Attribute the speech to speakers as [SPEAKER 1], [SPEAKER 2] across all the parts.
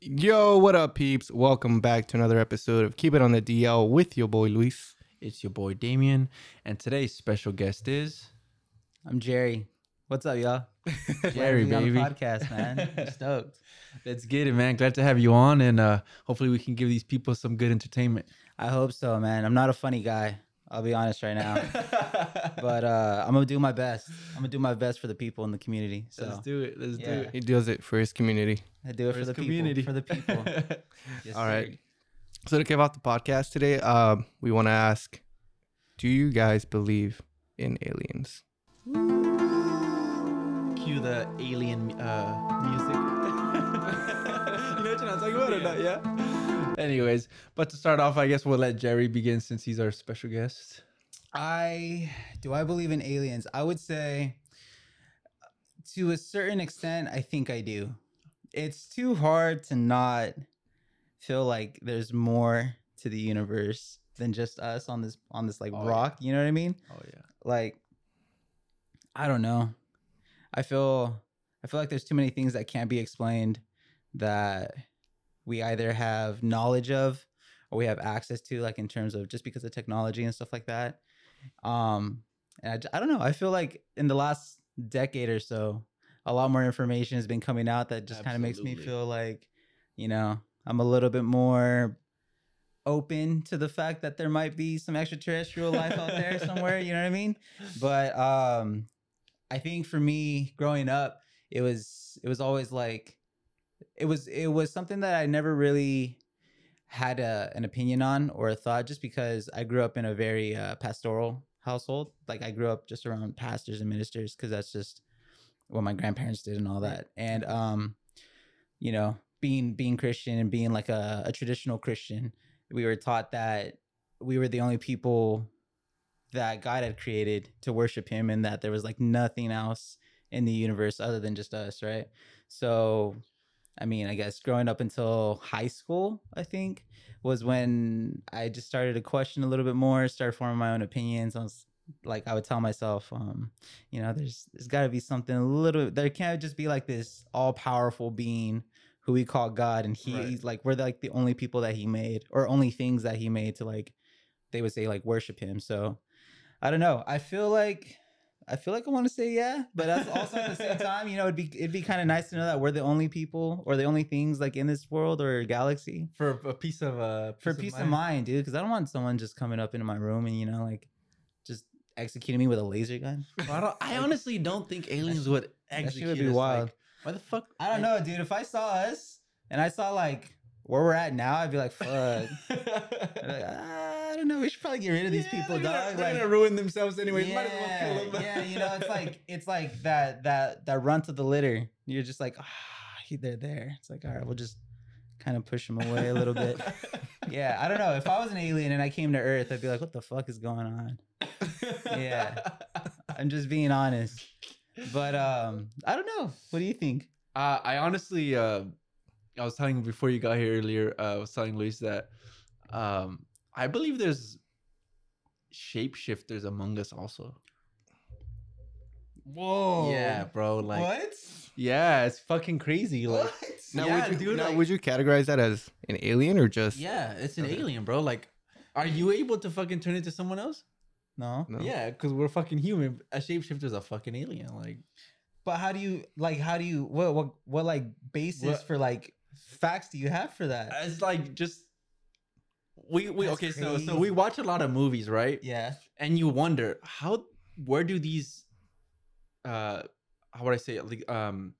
[SPEAKER 1] Yo, what up, peeps? Welcome back to another episode of Keep It on the DL with your boy Luis.
[SPEAKER 2] It's your boy Damien, and today's special guest is
[SPEAKER 3] I'm Jerry. What's up, y'all?
[SPEAKER 2] Jerry,
[SPEAKER 3] Glad to be
[SPEAKER 2] baby.
[SPEAKER 3] On the podcast, man. I'm stoked.
[SPEAKER 2] Let's get it, man. Glad to have you on, and uh, hopefully we can give these people some good entertainment.
[SPEAKER 3] I hope so, man. I'm not a funny guy. I'll be honest right now, but uh, I'm gonna do my best. I'm gonna do my best for the people in the community.
[SPEAKER 2] Let's
[SPEAKER 3] So
[SPEAKER 2] do it. Let's do
[SPEAKER 3] Yeah.
[SPEAKER 2] it.
[SPEAKER 1] He does it for his community.
[SPEAKER 3] I do it for
[SPEAKER 2] his
[SPEAKER 3] the
[SPEAKER 2] community.
[SPEAKER 3] people. For the people. Yes,
[SPEAKER 1] All right.
[SPEAKER 3] sir.
[SPEAKER 1] So to kick off the podcast today, um, we want to ask, do you guys believe in aliens?
[SPEAKER 2] Cue the alien uh, music. you know what I'm talking about or not? Yeah. Anyways, but to start off, I guess we'll let Jerry begin since he's our special guest.
[SPEAKER 3] I do I believe in aliens? I would say to a certain extent, I think I do. It's too hard to not feel like there's more to the universe than just us on this on this like
[SPEAKER 2] Oh, yeah.
[SPEAKER 3] rock, you know what I mean?
[SPEAKER 2] Oh yeah.
[SPEAKER 3] Like I don't know. I feel I feel like there's too many things that can't be explained that we either have knowledge of or we have access to like in terms of just because of technology and stuff like that um and I j- I, don't know i feel like in the last decade or so a lot more information has been coming out that just kind of makes me
[SPEAKER 2] Absolutely.
[SPEAKER 3] feel like you know i'm a little bit more open to the fact that there might be some extraterrestrial life out there somewhere you know what i mean but um i think for me growing up it was it was always like it was it was something that i never really had a, an opinion on or a thought just because i grew up in a very uh, pastoral household like i grew up just around pastors and ministers because that's just what my grandparents did and all that and um you know being being christian and being like a, a traditional christian we were taught that we were the only people that God had created to worship him and that there was like nothing else in the universe other than just us, right? So I mean, I guess growing up until high school, I think, was when I just started to question a little bit more, started forming my own opinions. I was like I would tell myself, um, you know, there's there's gotta be something a little there can't just be like this all powerful being who we call God and he,
[SPEAKER 2] Right.
[SPEAKER 3] he's like we're like the only people that he made or only things that he made to like they would say like worship him. So I don't know. I feel like I feel like I want to say yeah, but that's also at the same time, you know, it'd be it'd be kind of nice to know that we're the only people or the only things like in this world or galaxy
[SPEAKER 2] For a piece of uh,
[SPEAKER 3] for peace of mind, dude. Because I don't want someone just coming up into my room and you know like just executing me with a laser gun.
[SPEAKER 2] Well, I, don't- I honestly don't think aliens would
[SPEAKER 3] That shit would
[SPEAKER 2] execute
[SPEAKER 3] be
[SPEAKER 2] us,
[SPEAKER 3] wild.
[SPEAKER 2] Like, why the fuck?
[SPEAKER 3] I don't know, dude. If I saw us and I saw like where we're at now, I'd be like, fuck. I'd be like, "Ah, I don't know. We should probably get rid of these people,
[SPEAKER 2] they're
[SPEAKER 3] dog.
[SPEAKER 2] Gonna, they're
[SPEAKER 3] Like-
[SPEAKER 2] gonna ruin themselves anyways.
[SPEAKER 3] yeah,
[SPEAKER 2] Might as well kill them.
[SPEAKER 3] yeah, you know, it's like it's like that that that runt of the litter. You're just like, ah, he- they're there. It's like, all right, we'll just kind of push him away a little bit. yeah, I don't know. If I was an alien and I came to Earth, I'd be like, what the fuck is going on? Yeah. I'm just being honest. But um, I don't know. What do you think?
[SPEAKER 2] Uh, I honestly, uh, I was telling before you got here earlier. Uh, I was telling Luis that um, I believe there's shapeshifters among us also.
[SPEAKER 1] Whoa.
[SPEAKER 2] Yeah, bro. Like,
[SPEAKER 3] what?
[SPEAKER 2] yeah, it's fucking crazy. Like,
[SPEAKER 1] Now,
[SPEAKER 2] yeah,
[SPEAKER 1] would you,
[SPEAKER 2] dude.
[SPEAKER 1] now,
[SPEAKER 2] like-
[SPEAKER 1] would you categorize that as an alien or just?
[SPEAKER 2] yeah, it's an
[SPEAKER 1] Okay.
[SPEAKER 2] alien, bro. Like, are you able to fucking turn into someone else?
[SPEAKER 3] No.
[SPEAKER 1] No?
[SPEAKER 2] Yeah, because we're fucking human. A shapeshifter is a fucking alien. Like,
[SPEAKER 3] But how do you like? How do you what what what like basis
[SPEAKER 2] What-
[SPEAKER 3] for like facts do you have for that?
[SPEAKER 2] it's like just we we
[SPEAKER 3] That's
[SPEAKER 2] okay. So so
[SPEAKER 3] crazy.
[SPEAKER 2] we watch a lot of movies, right?
[SPEAKER 3] Yeah.
[SPEAKER 2] and you wonder how where do these uh how would i say it like um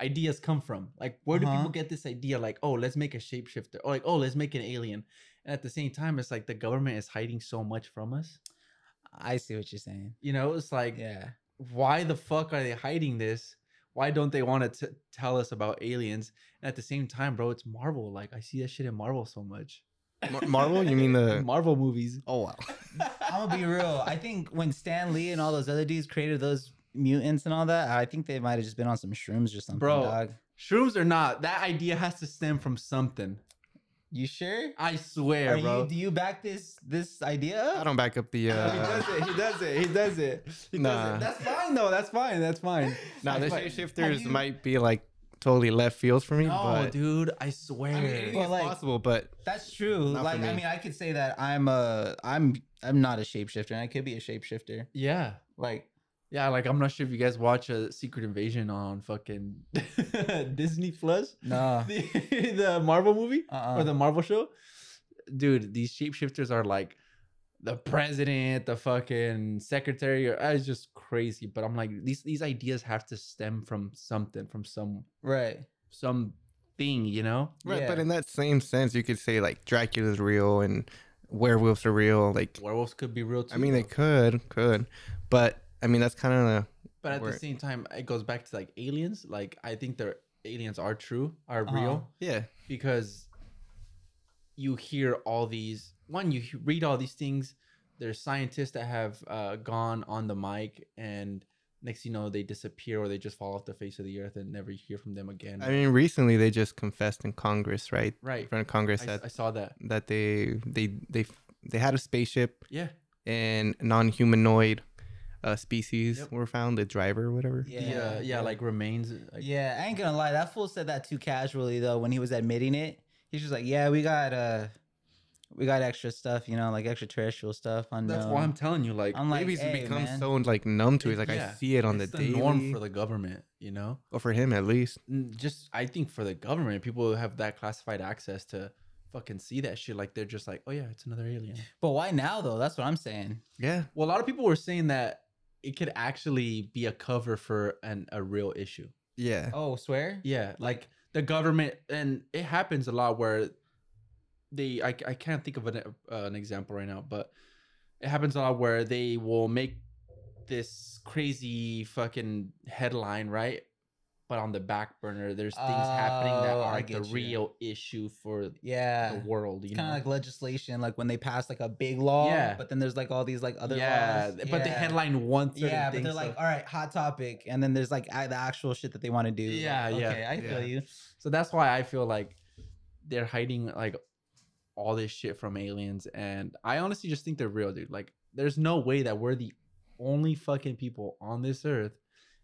[SPEAKER 2] ideas come from like where do
[SPEAKER 3] Uh-huh.
[SPEAKER 2] people get this idea like oh let's make a shapeshifter or like oh let's make an alien and at the same time it's like the government is hiding so much from us
[SPEAKER 3] I see what you're saying.
[SPEAKER 2] you know it's like
[SPEAKER 3] Yeah.
[SPEAKER 2] why the fuck are they hiding this why don't they want to tell us about aliens and at the same time bro it's marvel like i see that shit in marvel so much
[SPEAKER 1] Mar- Marvel? Oh, You mean the?
[SPEAKER 2] marvel movies
[SPEAKER 1] Oh wow.
[SPEAKER 3] I'm gonna be real. I think when Stan Lee and all those other dudes created those mutants and all that, I think they might have just been on some shrooms or something.
[SPEAKER 2] Bro.
[SPEAKER 3] dog.
[SPEAKER 2] shrooms or not that idea has to stem from something
[SPEAKER 3] you sure?
[SPEAKER 2] I swear,
[SPEAKER 3] Are
[SPEAKER 2] bro.
[SPEAKER 3] you, do you back this this idea? up?
[SPEAKER 1] I don't back up the.
[SPEAKER 2] he
[SPEAKER 1] Uh,
[SPEAKER 2] does it. He does it. He does it. He
[SPEAKER 1] Nah.
[SPEAKER 2] does it. That's fine though. That's fine. That's fine.
[SPEAKER 1] now the
[SPEAKER 2] That's fine.
[SPEAKER 1] shapeshifters
[SPEAKER 3] you-
[SPEAKER 1] might be like totally left field for me.
[SPEAKER 2] No,
[SPEAKER 1] but
[SPEAKER 2] dude, I swear.
[SPEAKER 1] I mean, anything
[SPEAKER 3] Well,
[SPEAKER 1] is
[SPEAKER 3] like-
[SPEAKER 1] possible, but
[SPEAKER 3] That's true.
[SPEAKER 1] Not for
[SPEAKER 3] like I
[SPEAKER 1] me.
[SPEAKER 3] mean, I could say that I'm a I'm I'm not a shapeshifter, and I could be a shapeshifter.
[SPEAKER 2] yeah.
[SPEAKER 3] Like
[SPEAKER 2] Yeah, like I'm not sure if you guys watch uh, Secret Invasion on fucking Disney Plus,
[SPEAKER 3] no,
[SPEAKER 2] the, the Marvel movie
[SPEAKER 3] Uh-uh.
[SPEAKER 2] or the Marvel show. Dude, these shapeshifters are like the president, the fucking secretary. Or, uh, it's just crazy. But I'm like, these these ideas have to stem from something, from some
[SPEAKER 3] right?
[SPEAKER 2] some thing, you know?
[SPEAKER 1] right,
[SPEAKER 3] Yeah.
[SPEAKER 1] but in that same sense, you could say like Dracula's real and werewolves are real. Like,
[SPEAKER 2] Werewolves could be real too.
[SPEAKER 1] I mean, they
[SPEAKER 2] though.
[SPEAKER 1] could, could, but I mean, that's kind of
[SPEAKER 2] But at the
[SPEAKER 1] Where-
[SPEAKER 2] same time, it goes back to like aliens. Like I think their aliens are true, are
[SPEAKER 3] Uh-huh.
[SPEAKER 2] real
[SPEAKER 1] yeah.
[SPEAKER 2] because you hear all these. One, you he- read all these things. There's scientists that have uh, gone on the mic, and next you know they disappear or they just fall off the face of the earth and never hear from them again.
[SPEAKER 1] I mean, recently they just confessed in Congress, right?
[SPEAKER 2] right?
[SPEAKER 1] In front of Congress
[SPEAKER 2] I,
[SPEAKER 1] that
[SPEAKER 2] I saw that.
[SPEAKER 1] that they they they they had a spaceship
[SPEAKER 2] Yeah,
[SPEAKER 1] and non-humanoid uh, species
[SPEAKER 2] Yep.
[SPEAKER 1] were found, the driver, or whatever.
[SPEAKER 2] yeah, uh, yeah, Like remains. Like,
[SPEAKER 3] yeah. I ain't gonna lie, that fool said that too casually though. When he was admitting it, he's just like, "Yeah, we got uh, we got extra stuff, you know, like extraterrestrial stuff." Unknown.
[SPEAKER 2] That's why I'm telling you. Like,
[SPEAKER 3] I'm like,
[SPEAKER 1] Maybe he's
[SPEAKER 3] "Hey,
[SPEAKER 1] become
[SPEAKER 3] man."
[SPEAKER 1] so like numb to it. Like
[SPEAKER 2] Yeah.
[SPEAKER 1] I see it on
[SPEAKER 2] it's
[SPEAKER 1] the,
[SPEAKER 2] the
[SPEAKER 1] daily,
[SPEAKER 2] norm for the government. You know.
[SPEAKER 1] or for him at least.
[SPEAKER 2] n- just I think for the government, people have that classified access to fucking see that shit. Like they're just like, oh yeah, it's another alien.
[SPEAKER 3] But why now though? That's what I'm saying.
[SPEAKER 1] Yeah,
[SPEAKER 2] Well, a lot of people were saying that it could actually be a cover for an a real issue.
[SPEAKER 1] yeah.
[SPEAKER 3] Oh, swear?
[SPEAKER 2] Yeah, like the government, and it happens a lot where they I I can't think of an uh, an example right now, but it happens a lot where they will make this crazy fucking headline right. But on the back burner, there's things happening that
[SPEAKER 3] Oh, I
[SPEAKER 2] are like the
[SPEAKER 3] get you.
[SPEAKER 2] real issue for
[SPEAKER 3] Yeah.
[SPEAKER 2] the world, Oh, you
[SPEAKER 3] It's kind
[SPEAKER 2] know.
[SPEAKER 3] of like legislation, like when they pass like a big law,
[SPEAKER 2] Yeah.
[SPEAKER 3] but then there's like all these like other
[SPEAKER 2] yeah,
[SPEAKER 3] laws.
[SPEAKER 2] th- but the headline one. certain
[SPEAKER 3] Yeah, but
[SPEAKER 2] thing,
[SPEAKER 3] they're
[SPEAKER 2] so-
[SPEAKER 3] like, all right, hot topic, and then there's like a- the actual shit that they want to do. Like,
[SPEAKER 2] Yeah, yeah,
[SPEAKER 3] Okay, I feel
[SPEAKER 1] yeah.
[SPEAKER 3] you.
[SPEAKER 2] so that's why I feel like they're hiding like all this shit from aliens, and I honestly just think they're real, dude. Like, there's no way that we're the only fucking people on this earth,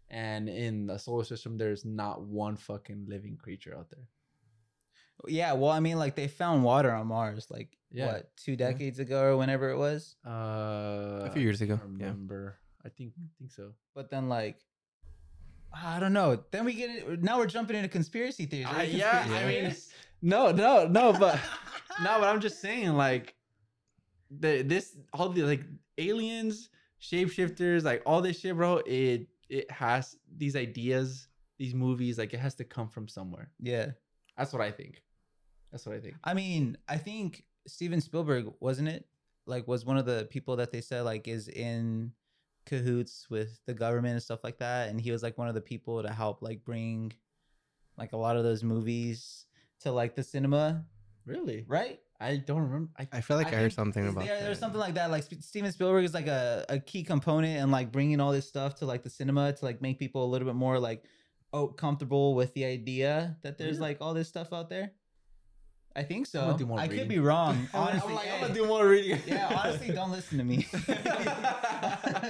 [SPEAKER 2] and in the solar system, there's not one fucking living creature out there.
[SPEAKER 3] Yeah, well, I mean, like they found water on Mars, like
[SPEAKER 2] Yeah.
[SPEAKER 3] what two decades ago or whenever it was.
[SPEAKER 2] Uh,
[SPEAKER 1] a few years
[SPEAKER 2] I
[SPEAKER 1] ago.
[SPEAKER 2] can't
[SPEAKER 1] Yeah,
[SPEAKER 2] remember. I think think so.
[SPEAKER 3] But then like, I don't know. Then we get it. Now we're jumping into conspiracy theories.
[SPEAKER 2] Uh,
[SPEAKER 3] right?
[SPEAKER 2] yeah,
[SPEAKER 1] I mean-
[SPEAKER 3] Conspiracy
[SPEAKER 2] No, no, no, but.
[SPEAKER 3] theories.
[SPEAKER 2] no, but I'm just saying, like, the this all the like aliens, shapeshifters, like all this shit, bro. It it has these ideas, these movies, like it has to come from somewhere.
[SPEAKER 3] yeah.
[SPEAKER 2] That's what I think. That's what I think.
[SPEAKER 3] I mean, I think Steven Spielberg wasn't it? Like, was one of the people that they said like is in cahoots with the government and stuff like that, and he was like one of the people to help like bring like a lot of those movies to like the cinema,
[SPEAKER 2] Really?
[SPEAKER 3] right?
[SPEAKER 2] I don't remember. I,
[SPEAKER 1] I feel like I,
[SPEAKER 3] think
[SPEAKER 1] heard something
[SPEAKER 3] is
[SPEAKER 1] about
[SPEAKER 3] there, there's
[SPEAKER 1] that.
[SPEAKER 3] something like that. Like Sp- Steven Spielberg is like a, a key component in like bringing all this stuff to like the cinema to like make people a little bit more like oh comfortable with the idea that there's
[SPEAKER 2] Really?
[SPEAKER 3] like all this stuff out there. I think so.
[SPEAKER 2] Oh, I'm
[SPEAKER 3] i
[SPEAKER 2] gonna do more
[SPEAKER 3] could
[SPEAKER 2] reading.
[SPEAKER 3] be wrong.
[SPEAKER 2] I'm like-
[SPEAKER 3] Honestly,
[SPEAKER 2] I'm like, I'm
[SPEAKER 3] hey.
[SPEAKER 2] gonna do more reading.
[SPEAKER 3] yeah. Honestly, don't listen to me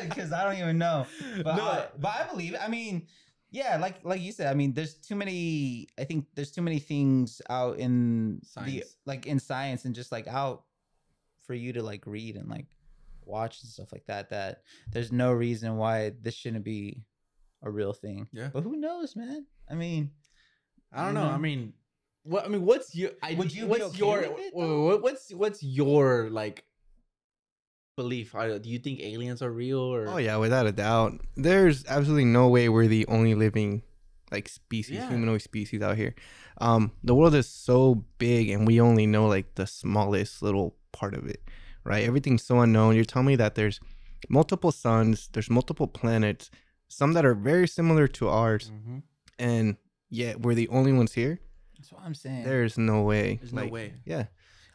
[SPEAKER 3] because I don't even know. But,
[SPEAKER 2] no,
[SPEAKER 3] I, but I believe it. I mean, yeah, like like you said, I mean, there's too many. I think there's too many things out in the
[SPEAKER 2] Science.
[SPEAKER 3] like in science and just like out for you to like read and like watch and stuff like that. That there's no reason why this shouldn't be a real thing.
[SPEAKER 2] Yeah.
[SPEAKER 3] but who knows, man? I mean,
[SPEAKER 2] I don't know. I
[SPEAKER 3] Mhm.
[SPEAKER 2] mean, Mm-hmm. what I mean, what's your? I,
[SPEAKER 3] Would you be
[SPEAKER 2] What's
[SPEAKER 3] okay
[SPEAKER 2] your?
[SPEAKER 3] with it,
[SPEAKER 2] wha-
[SPEAKER 3] though?
[SPEAKER 2] wha- what's what's your like belief? Are, do you think aliens are real or?
[SPEAKER 1] Oh yeah, without a doubt. There's absolutely no way we're the only living like species,
[SPEAKER 2] Yeah.
[SPEAKER 1] humanoid species out here. Um, the world is so big and we only know like the smallest little part of it. Right? Everything's so unknown. You're telling me that there's multiple suns, there's multiple planets, some that are very similar to ours,
[SPEAKER 2] Mhm.
[SPEAKER 1] and yet we're the only ones here.
[SPEAKER 3] that's what I'm saying.
[SPEAKER 1] There's no way.
[SPEAKER 2] There's
[SPEAKER 1] Like,
[SPEAKER 2] no way.
[SPEAKER 1] Yeah.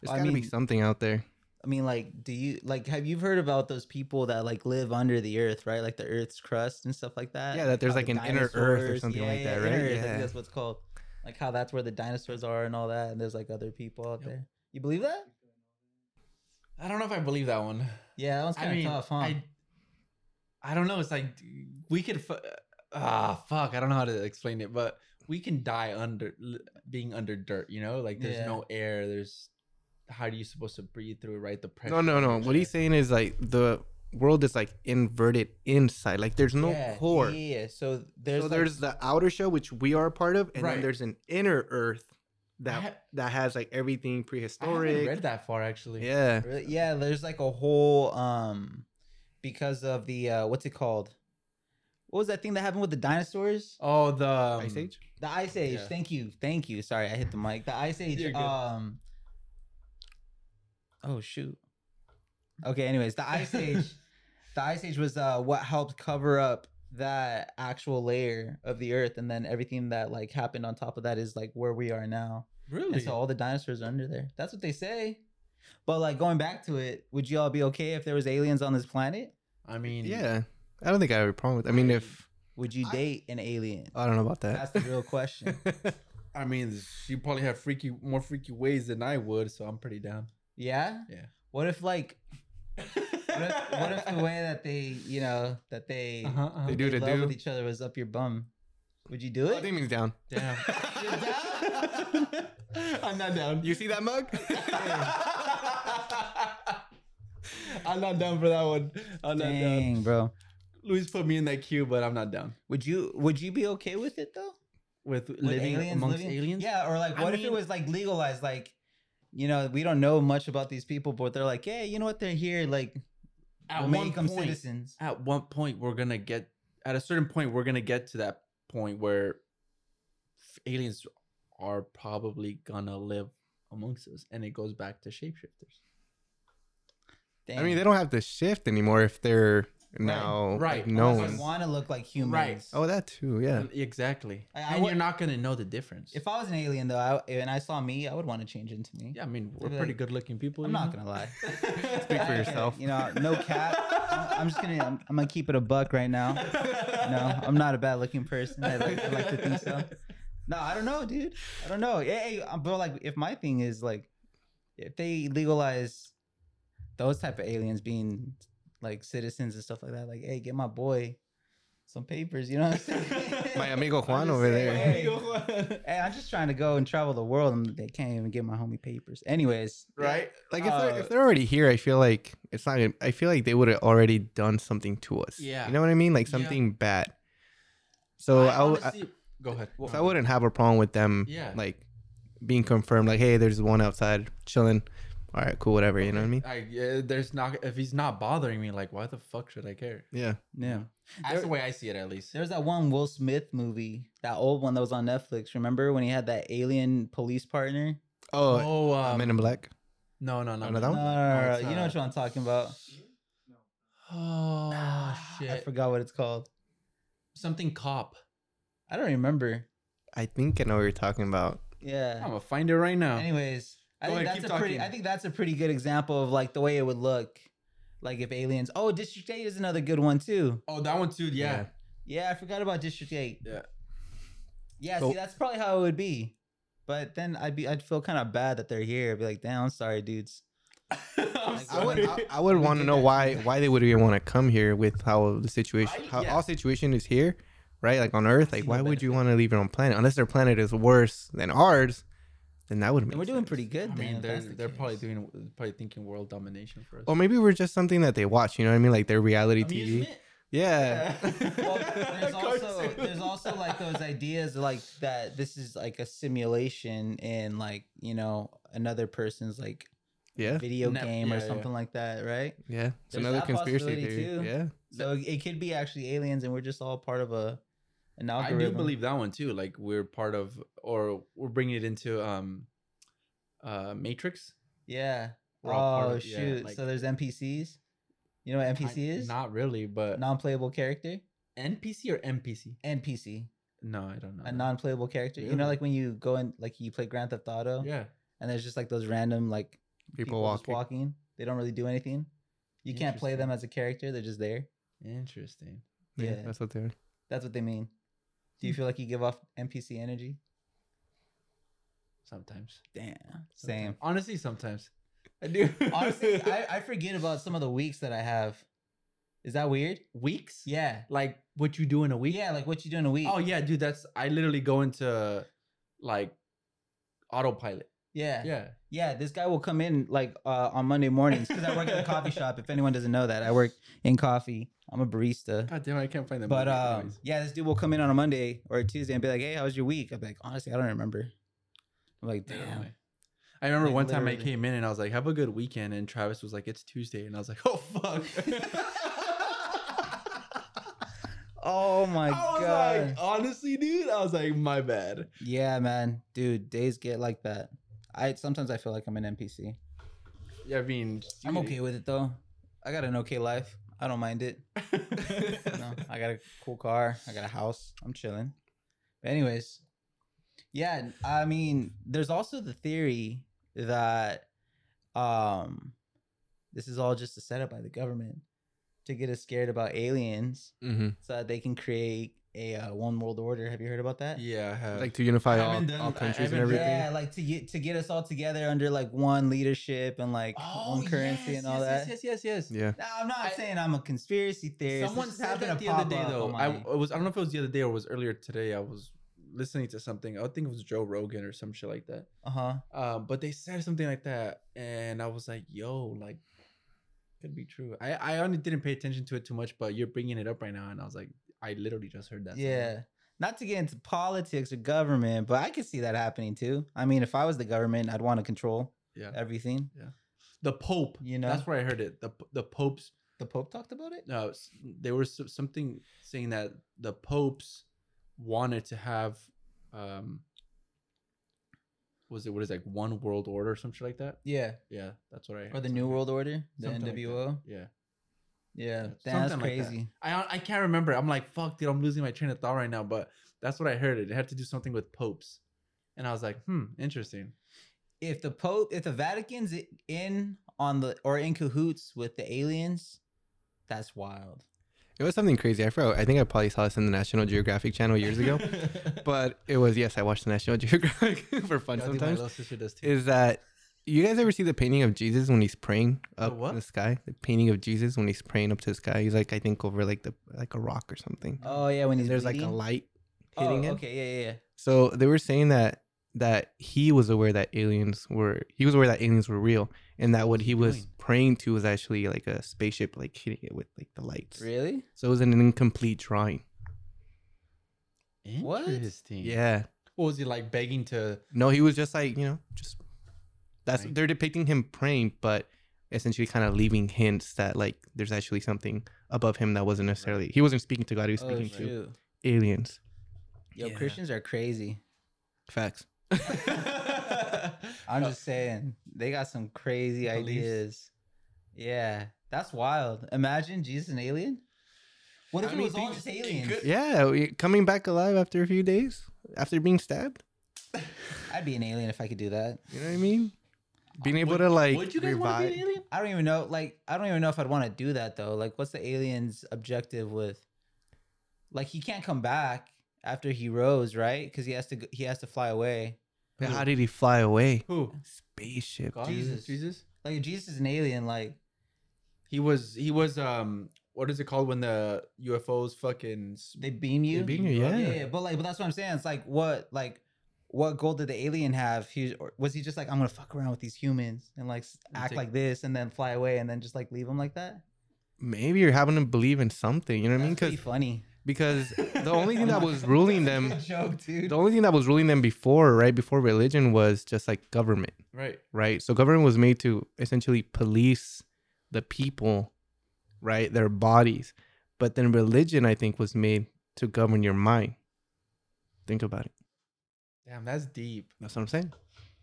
[SPEAKER 1] There's
[SPEAKER 3] I
[SPEAKER 1] gotta be
[SPEAKER 3] mean-
[SPEAKER 1] something out there.
[SPEAKER 3] I mean, like, do you like have you heard about those people that like live under the earth, right? Like the Earth's crust and stuff like that.
[SPEAKER 1] Yeah, that there's,
[SPEAKER 3] how
[SPEAKER 1] like,
[SPEAKER 3] the
[SPEAKER 1] an inner Earth or
[SPEAKER 3] dinosaurs-
[SPEAKER 1] something like that,
[SPEAKER 3] inner
[SPEAKER 1] right?
[SPEAKER 3] Earth, I think
[SPEAKER 1] Yeah.
[SPEAKER 3] that's what's called. Like how that's where the dinosaurs are and all that, and there's like other people out
[SPEAKER 2] Yep.
[SPEAKER 3] there. You believe that?
[SPEAKER 2] I don't know if I believe that one.
[SPEAKER 3] Yeah, that one's kind
[SPEAKER 2] I
[SPEAKER 3] of
[SPEAKER 2] mean,
[SPEAKER 3] tough, huh?
[SPEAKER 2] I, I don't know. It's like we could. Fu- ah, fuck. I don't know how to explain it, but we can die under l- being under dirt. You know, like there's
[SPEAKER 3] Yeah.
[SPEAKER 2] no air. There's how are you supposed to breathe through it? Right, the pressure.
[SPEAKER 1] No, no, no.
[SPEAKER 2] and
[SPEAKER 1] What he's
[SPEAKER 2] shit.
[SPEAKER 1] saying is like the world is like inverted inside. Like there's no
[SPEAKER 3] yeah,
[SPEAKER 1] core.
[SPEAKER 3] Yeah, so there's
[SPEAKER 1] so
[SPEAKER 3] like-
[SPEAKER 1] there's the outer shell which we are a part of, and
[SPEAKER 2] Right.
[SPEAKER 1] then there's an inner Earth
[SPEAKER 2] I
[SPEAKER 1] that
[SPEAKER 2] ha-
[SPEAKER 1] that has like everything
[SPEAKER 2] I haven't
[SPEAKER 1] prehistoric.
[SPEAKER 2] read that far actually.
[SPEAKER 1] Yeah,
[SPEAKER 3] Really? Yeah, there's like a whole um because of the uh what's it called? What was that thing that happened with the dinosaurs?
[SPEAKER 2] Oh, the um,
[SPEAKER 1] Ice Age.
[SPEAKER 3] The ice age.
[SPEAKER 2] yeah.
[SPEAKER 3] Thank you. Thank you. Sorry, I hit the mic. The ice age
[SPEAKER 2] You're good.
[SPEAKER 3] um Oh shoot. Okay, anyways, the ice age the ice age was uh what helped cover up that actual layer of the earth and then everything that like happened on top of that is like where we are now.
[SPEAKER 2] Really?
[SPEAKER 3] And so all the dinosaurs are under there. That's what they say. But like going back to it, would you all be okay if there was aliens on this planet?
[SPEAKER 2] I mean,
[SPEAKER 1] Yeah, I don't think I have a problem with. I mean, if
[SPEAKER 3] Would you
[SPEAKER 1] I-
[SPEAKER 3] date an alien?
[SPEAKER 1] I don't know about
[SPEAKER 3] That's
[SPEAKER 1] that.
[SPEAKER 3] the real question.
[SPEAKER 2] I mean, you probably have freaky, more freaky ways than I would, so I'm pretty down.
[SPEAKER 3] Yeah?
[SPEAKER 2] Yeah.
[SPEAKER 3] What if like what if, what if the way that they, you know, that they
[SPEAKER 2] Uh-huh, uh-huh.
[SPEAKER 1] They do
[SPEAKER 3] made
[SPEAKER 1] to
[SPEAKER 3] love
[SPEAKER 1] do.
[SPEAKER 3] with each other was up your bum? Would you do
[SPEAKER 1] I think
[SPEAKER 3] it?
[SPEAKER 1] he's down.
[SPEAKER 2] Damn.
[SPEAKER 3] You're down? I'm not down.
[SPEAKER 1] You see that mug?
[SPEAKER 2] I'm not down for that one. I'm not down.
[SPEAKER 3] Dang, bro.
[SPEAKER 2] Luis put me in that queue, but I'm not down
[SPEAKER 3] Would you would you be okay with it though?
[SPEAKER 2] with,
[SPEAKER 3] With
[SPEAKER 2] living amongst
[SPEAKER 3] living-
[SPEAKER 2] aliens.
[SPEAKER 3] Yeah, or like,
[SPEAKER 2] I
[SPEAKER 3] what if it
[SPEAKER 2] mean-
[SPEAKER 3] was like legalized? Like, you know, we don't know much about these people, but they're like, hey, you know what? They're here. Like,
[SPEAKER 2] At
[SPEAKER 3] we'll
[SPEAKER 2] one
[SPEAKER 3] make them
[SPEAKER 2] point-
[SPEAKER 3] citizens.
[SPEAKER 2] At one point, we're gonna get. At a certain point, we're gonna get to that point where f- aliens are probably gonna live amongst us, and it goes back to shapeshifters.
[SPEAKER 1] I mean, they don't have to shift anymore if they're now like,
[SPEAKER 2] right. Unless
[SPEAKER 1] known.
[SPEAKER 2] ones.
[SPEAKER 3] want to look like humans.
[SPEAKER 1] Oh, that too. Yeah.
[SPEAKER 2] And- Exactly.
[SPEAKER 3] I- I
[SPEAKER 2] and
[SPEAKER 3] would-
[SPEAKER 2] you're not gonna know the difference.
[SPEAKER 3] If I was an alien though, I, and I saw me, I would want to change into me.
[SPEAKER 2] yeah, I mean, we're
[SPEAKER 3] I'd be
[SPEAKER 2] pretty
[SPEAKER 3] like,
[SPEAKER 2] good looking people.
[SPEAKER 3] I'm
[SPEAKER 2] you
[SPEAKER 3] not
[SPEAKER 2] know?
[SPEAKER 3] gonna lie.
[SPEAKER 1] Speak for
[SPEAKER 3] Okay,
[SPEAKER 1] yourself.
[SPEAKER 3] You know, no cap. I'm I'm just gonna. I'm, I'm gonna keep it a buck right now. No, I'm not a bad looking person. I like, I like to think so. No, I don't know, dude. I don't know. Hey, hey, but like, if my thing is like, if they legalize those type of aliens being like citizens and stuff like that, like, hey, get my boy some papers. You know what I'm saying?
[SPEAKER 1] My amigo Juan
[SPEAKER 3] just
[SPEAKER 1] over
[SPEAKER 3] saying,
[SPEAKER 1] there.
[SPEAKER 3] hey. Hey, I'm just trying to go and travel the world, and they can't even get my homie papers. Anyways,
[SPEAKER 2] right?
[SPEAKER 1] Like if they're,
[SPEAKER 2] Uh,
[SPEAKER 1] if they're already here, I feel like it's not. Gonna, I feel like they would have already done something to us.
[SPEAKER 2] Yeah.
[SPEAKER 1] you know what I mean, like
[SPEAKER 2] Yeah.
[SPEAKER 1] something bad. So I, would, I,
[SPEAKER 2] honestly- go ahead.
[SPEAKER 1] so I wouldn't have a problem with them.
[SPEAKER 2] Yeah.
[SPEAKER 1] like being confirmed. Like, hey, there's one outside chilling. All right, cool, whatever. You know what I mean?
[SPEAKER 2] I, yeah, there's not if he's not bothering me, like why the fuck should I care?
[SPEAKER 1] Yeah.
[SPEAKER 3] yeah.
[SPEAKER 2] That's the way I see it, at least.
[SPEAKER 3] There's that one Will Smith movie, that old one that was on Netflix. Remember when he had that alien police partner?
[SPEAKER 1] Oh,
[SPEAKER 2] oh,
[SPEAKER 1] uh,
[SPEAKER 2] um,
[SPEAKER 1] Men in Black.
[SPEAKER 2] no, no, no,
[SPEAKER 1] Another
[SPEAKER 3] No,
[SPEAKER 1] one?
[SPEAKER 3] no, no, no,
[SPEAKER 2] No, it's
[SPEAKER 3] You know
[SPEAKER 2] not.
[SPEAKER 3] which one I'm talking about.
[SPEAKER 2] Oh
[SPEAKER 3] I
[SPEAKER 2] shit!
[SPEAKER 3] forgot what it's called.
[SPEAKER 2] Something cop.
[SPEAKER 3] I don't remember.
[SPEAKER 1] I think I know what you're talking about.
[SPEAKER 2] I'm
[SPEAKER 3] Yeah.
[SPEAKER 2] gonna find it right now.
[SPEAKER 3] Anyways, I
[SPEAKER 2] Go
[SPEAKER 3] think
[SPEAKER 2] ahead,
[SPEAKER 3] that's a
[SPEAKER 2] keep
[SPEAKER 3] pretty.
[SPEAKER 2] talking.
[SPEAKER 3] I think that's a pretty good example of like the way it would look, like if aliens. Oh, District Eight is another good one too.
[SPEAKER 2] Oh, that one too. Yeah.
[SPEAKER 3] Yeah, I forgot about District Eight.
[SPEAKER 2] Yeah.
[SPEAKER 3] Yeah.
[SPEAKER 1] So-
[SPEAKER 3] see, that's probably how it would be. But then I'd be, I'd feel kind of bad that they're here. I'd be like, damn, I'm sorry, dudes.
[SPEAKER 2] I'm
[SPEAKER 3] I
[SPEAKER 1] I would,
[SPEAKER 2] sorry.
[SPEAKER 1] I, I would want to know why why they would even want to come here with how the situation
[SPEAKER 2] Right?
[SPEAKER 1] how
[SPEAKER 2] Yeah.
[SPEAKER 1] all situation is here, right? Like on Earth, like
[SPEAKER 3] see no
[SPEAKER 1] why would you
[SPEAKER 3] benefit.
[SPEAKER 1] want to leave your own planet unless their planet is worse than ours? Then that would make.
[SPEAKER 3] And we're doing
[SPEAKER 1] sense.
[SPEAKER 3] pretty good.
[SPEAKER 2] I
[SPEAKER 3] then,
[SPEAKER 2] mean,
[SPEAKER 3] if
[SPEAKER 2] they're
[SPEAKER 3] that's the
[SPEAKER 2] they're probably
[SPEAKER 3] case.
[SPEAKER 2] doing probably thinking world domination for us.
[SPEAKER 1] Or maybe we're just something that they watch. You know what I mean? Like their reality TV.
[SPEAKER 2] Amusement?
[SPEAKER 1] Yeah.
[SPEAKER 3] Well, there's also
[SPEAKER 2] Cartoon.
[SPEAKER 3] there's also like those ideas like that this is like a simulation and like you know another person's like
[SPEAKER 1] Yeah.
[SPEAKER 3] video
[SPEAKER 2] Nep-
[SPEAKER 3] game or
[SPEAKER 2] yeah, yeah.
[SPEAKER 3] something like that right
[SPEAKER 1] Yeah. It's
[SPEAKER 3] There's
[SPEAKER 1] another
[SPEAKER 3] that
[SPEAKER 1] conspiracy
[SPEAKER 3] possibility
[SPEAKER 1] theory.
[SPEAKER 3] too.
[SPEAKER 1] Yeah.
[SPEAKER 3] so it could be actually aliens and we're just all part of a an
[SPEAKER 2] I
[SPEAKER 3] algorithm
[SPEAKER 2] do believe that one too. Like we're part of, or we're bringing it into um, uh, Matrix.
[SPEAKER 3] yeah
[SPEAKER 2] We're all part
[SPEAKER 3] oh
[SPEAKER 2] of- yeah,
[SPEAKER 3] shoot
[SPEAKER 2] like-
[SPEAKER 3] so there's npcs you know what npc
[SPEAKER 2] I-
[SPEAKER 3] is
[SPEAKER 2] Not really, but
[SPEAKER 3] non-playable character
[SPEAKER 2] NPC or NPC?
[SPEAKER 3] npc
[SPEAKER 2] No, I don't know.
[SPEAKER 3] a
[SPEAKER 2] that.
[SPEAKER 3] non-playable character you know
[SPEAKER 2] Uh, Really?
[SPEAKER 3] like when you go and like you play grand theft auto
[SPEAKER 2] Yeah.
[SPEAKER 3] and there's just like those random like
[SPEAKER 1] People,
[SPEAKER 3] just
[SPEAKER 1] walking.
[SPEAKER 3] walking. They don't really do anything. You can't play them as a character. They're just there.
[SPEAKER 2] Interesting.
[SPEAKER 1] Yeah.
[SPEAKER 3] Yeah.
[SPEAKER 1] That's what they're.
[SPEAKER 3] That's what they mean. Do you feel like you give off NPC energy?
[SPEAKER 2] Sometimes.
[SPEAKER 3] Damn.
[SPEAKER 2] Sometimes.
[SPEAKER 3] Same.
[SPEAKER 2] Honestly, sometimes. I do.
[SPEAKER 3] Honestly, I, I forget about some of the weeks that I have. Is that weird?
[SPEAKER 2] weeks.
[SPEAKER 3] Yeah.
[SPEAKER 2] Like what you do in a week.
[SPEAKER 3] yeah, like what you do in a week.
[SPEAKER 2] Oh yeah, dude. That's I literally go into like autopilot.
[SPEAKER 3] yeah.
[SPEAKER 2] Yeah.
[SPEAKER 3] Yeah, this guy will come in like uh, on Monday mornings because I work at a coffee shop. If anyone doesn't know that, I work in coffee. I'm a barista.
[SPEAKER 2] God damn, it, I can't find that.
[SPEAKER 3] But
[SPEAKER 2] movie
[SPEAKER 3] um,
[SPEAKER 2] anyways.
[SPEAKER 3] yeah, this dude will come in on a Monday or a Tuesday and be like, "Hey, how was your week?" I'm like, "Honestly, I don't remember." I'm like, "Damn."
[SPEAKER 2] Literally. I remember
[SPEAKER 3] Like,
[SPEAKER 2] one time I
[SPEAKER 3] literally.
[SPEAKER 2] came in and I was like, "Have a good weekend," and Travis was like, "It's Tuesday," and I was like, "Oh fuck."
[SPEAKER 3] Oh my
[SPEAKER 2] I was
[SPEAKER 3] god.
[SPEAKER 2] like, oh. honestly, dude, I was like, my bad.
[SPEAKER 3] yeah, man, dude, days get like that. I sometimes I feel like I'm an NPC.
[SPEAKER 2] Yeah, I mean,
[SPEAKER 3] I'm okay with it though. I got an okay life. I don't mind it. you know, I got a cool car. I got a house. I'm chilling. But anyways, yeah, I mean, there's also the theory that um this is all just a setup by the government to get us scared about aliens
[SPEAKER 1] Mm-hmm.
[SPEAKER 3] so that they can create a uh, one world order. Have you heard about that?
[SPEAKER 2] Yeah, I have.
[SPEAKER 1] Uh, Like to unify
[SPEAKER 2] I
[SPEAKER 1] all,
[SPEAKER 2] haven't done-
[SPEAKER 1] all
[SPEAKER 2] I
[SPEAKER 1] countries and
[SPEAKER 2] haven't done-
[SPEAKER 1] everything.
[SPEAKER 3] Yeah, like to get to get us all together under like one leadership and like
[SPEAKER 2] Oh,
[SPEAKER 3] one currency
[SPEAKER 2] yes,
[SPEAKER 3] and all
[SPEAKER 2] yes,
[SPEAKER 3] that.
[SPEAKER 2] Yes, yes, yes, yes.
[SPEAKER 1] Yeah.
[SPEAKER 3] No, I'm not
[SPEAKER 2] I-
[SPEAKER 3] saying I'm a conspiracy theorist. This
[SPEAKER 2] Someone
[SPEAKER 3] just
[SPEAKER 2] said
[SPEAKER 3] happened
[SPEAKER 2] that
[SPEAKER 3] to
[SPEAKER 2] the other
[SPEAKER 3] pop
[SPEAKER 2] day
[SPEAKER 3] up on
[SPEAKER 2] though.
[SPEAKER 3] my-
[SPEAKER 2] I, it was I don't know if it was the other day or it was earlier today. I was listening to something. I think it was Joe Rogan or some shit like that.
[SPEAKER 3] uh-huh.
[SPEAKER 2] Um, but they said something like that, and I was like, "Yo, like, could be true." I I only didn't pay attention to it too much, but you're bringing it up right now, and I was like, I literally just heard that. somewhere.
[SPEAKER 3] yeah. Not to get into politics or government, but I could see that happening too. I mean, if I was the government, I'd want to control
[SPEAKER 2] yeah.
[SPEAKER 3] everything.
[SPEAKER 2] The Pope,
[SPEAKER 3] You know?
[SPEAKER 2] that's where I heard it. The the Pope's
[SPEAKER 3] The Pope talked about it?
[SPEAKER 2] no, s- there was so- something saying that the popes wanted to have, um, was it what is it, like one world order or something like that?
[SPEAKER 3] Yeah.
[SPEAKER 2] Yeah, that's what I
[SPEAKER 3] Or
[SPEAKER 2] heard,
[SPEAKER 3] the
[SPEAKER 2] something
[SPEAKER 3] New
[SPEAKER 2] like-
[SPEAKER 3] World Order, the
[SPEAKER 2] something like that.
[SPEAKER 3] NWO.
[SPEAKER 2] yeah,
[SPEAKER 3] Yeah.
[SPEAKER 2] Yeah,
[SPEAKER 3] Damn, that's
[SPEAKER 2] something like that.
[SPEAKER 3] crazy.
[SPEAKER 2] I don't- I can't remember. I'm like, fuck, dude, I'm losing my train of thought right now. But that's what I heard. It had to do something with popes, and I was like, hmm, interesting.
[SPEAKER 3] If the Pope, if the Vatican's i- in on the or in cahoots with the aliens, that's wild.
[SPEAKER 1] It was something crazy. I forgot. I think I probably saw this in the National Geographic channel years ago. but it was yes, I watched the National Geographic for fun
[SPEAKER 2] Yeah, dude, my
[SPEAKER 1] sometimes.
[SPEAKER 2] little sister does too.
[SPEAKER 1] Is that you guys ever see the painting of Jesus when he's praying up
[SPEAKER 2] what?
[SPEAKER 1] in the sky? The painting of Jesus when he's praying up to the sky. He's like I think over like the like a rock or something.
[SPEAKER 3] Oh yeah, when he's
[SPEAKER 1] And there's like a
[SPEAKER 3] bleeding?
[SPEAKER 1] light
[SPEAKER 3] Oh,
[SPEAKER 1] hitting him.
[SPEAKER 3] Okay, yeah, yeah, yeah.
[SPEAKER 1] So they were saying that that he was aware that aliens were he was aware that aliens were real and that what
[SPEAKER 2] was
[SPEAKER 1] he
[SPEAKER 2] he
[SPEAKER 1] was
[SPEAKER 2] doing?
[SPEAKER 1] praying to was actually like a spaceship like hitting it with like the lights.
[SPEAKER 3] Really?
[SPEAKER 1] So it was an incomplete drawing.
[SPEAKER 3] What?
[SPEAKER 2] Interesting.
[SPEAKER 1] Yeah.
[SPEAKER 2] What was he like begging to?
[SPEAKER 1] No, he was just like, you know, just that's
[SPEAKER 2] Right.
[SPEAKER 1] they're depicting him praying, but essentially kind of leaving hints that like there's actually something above him that wasn't necessarily he wasn't speaking to God, he was
[SPEAKER 3] Oh
[SPEAKER 1] speaking to
[SPEAKER 3] shoot.
[SPEAKER 1] aliens.
[SPEAKER 3] Yo,
[SPEAKER 2] Yeah.
[SPEAKER 3] Christians are crazy.
[SPEAKER 1] Facts.
[SPEAKER 2] Uh,
[SPEAKER 3] I'm just saying they got some crazy
[SPEAKER 2] Beliefs.
[SPEAKER 3] ideas. Yeah, that's wild. Imagine Jesus an alien. What if
[SPEAKER 2] I
[SPEAKER 3] it
[SPEAKER 2] mean,
[SPEAKER 3] was all
[SPEAKER 2] think-
[SPEAKER 3] just aliens?
[SPEAKER 2] good-
[SPEAKER 1] Yeah, we- coming back alive after a few days after being stabbed.
[SPEAKER 3] I'd be an alien if I could do that.
[SPEAKER 1] You know what I mean? Being able
[SPEAKER 2] Would-
[SPEAKER 1] to like
[SPEAKER 2] Would you guys want to
[SPEAKER 1] revive.
[SPEAKER 2] be an alien?
[SPEAKER 3] I don't even know. Like, I don't even know if I'd want to do that though. Like, what's the alien's objective with? Like, he can't come back after he rose, right? Because he has to. go- He has to fly away.
[SPEAKER 1] But how did he fly away?
[SPEAKER 2] Who?
[SPEAKER 1] Spaceship.
[SPEAKER 2] God?
[SPEAKER 1] dude.
[SPEAKER 3] Jesus.
[SPEAKER 2] Jesus.
[SPEAKER 3] Like, if Jesus is an alien, like,
[SPEAKER 2] He was. He was. Um. What is it called when the UFOs fucking? s-
[SPEAKER 3] they beam you.
[SPEAKER 1] beam you,
[SPEAKER 3] yeah.
[SPEAKER 1] yeah.
[SPEAKER 3] yeah, But like, but that's what I'm saying. It's like, what, like, what goal did the alien have? He or was he just like, I'm gonna fuck around with these humans and like s-
[SPEAKER 2] And
[SPEAKER 3] act
[SPEAKER 2] take-
[SPEAKER 3] like this and then fly away and then just like leave them like that?
[SPEAKER 1] Maybe you're having to believe in something. You know what I mean?
[SPEAKER 3] That's pretty
[SPEAKER 1] Because
[SPEAKER 3] funny.
[SPEAKER 1] because the only thing that was ruling
[SPEAKER 3] That's a
[SPEAKER 1] them
[SPEAKER 3] good joke, dude.
[SPEAKER 1] the only thing that was ruling them before, right before religion, was just like government,
[SPEAKER 2] Right.
[SPEAKER 1] right? So government was made to essentially police the people, right, their bodies. But then religion, I think, was made to govern your mind. Think about it.
[SPEAKER 2] Damn, that's deep.
[SPEAKER 1] That's what I'm saying.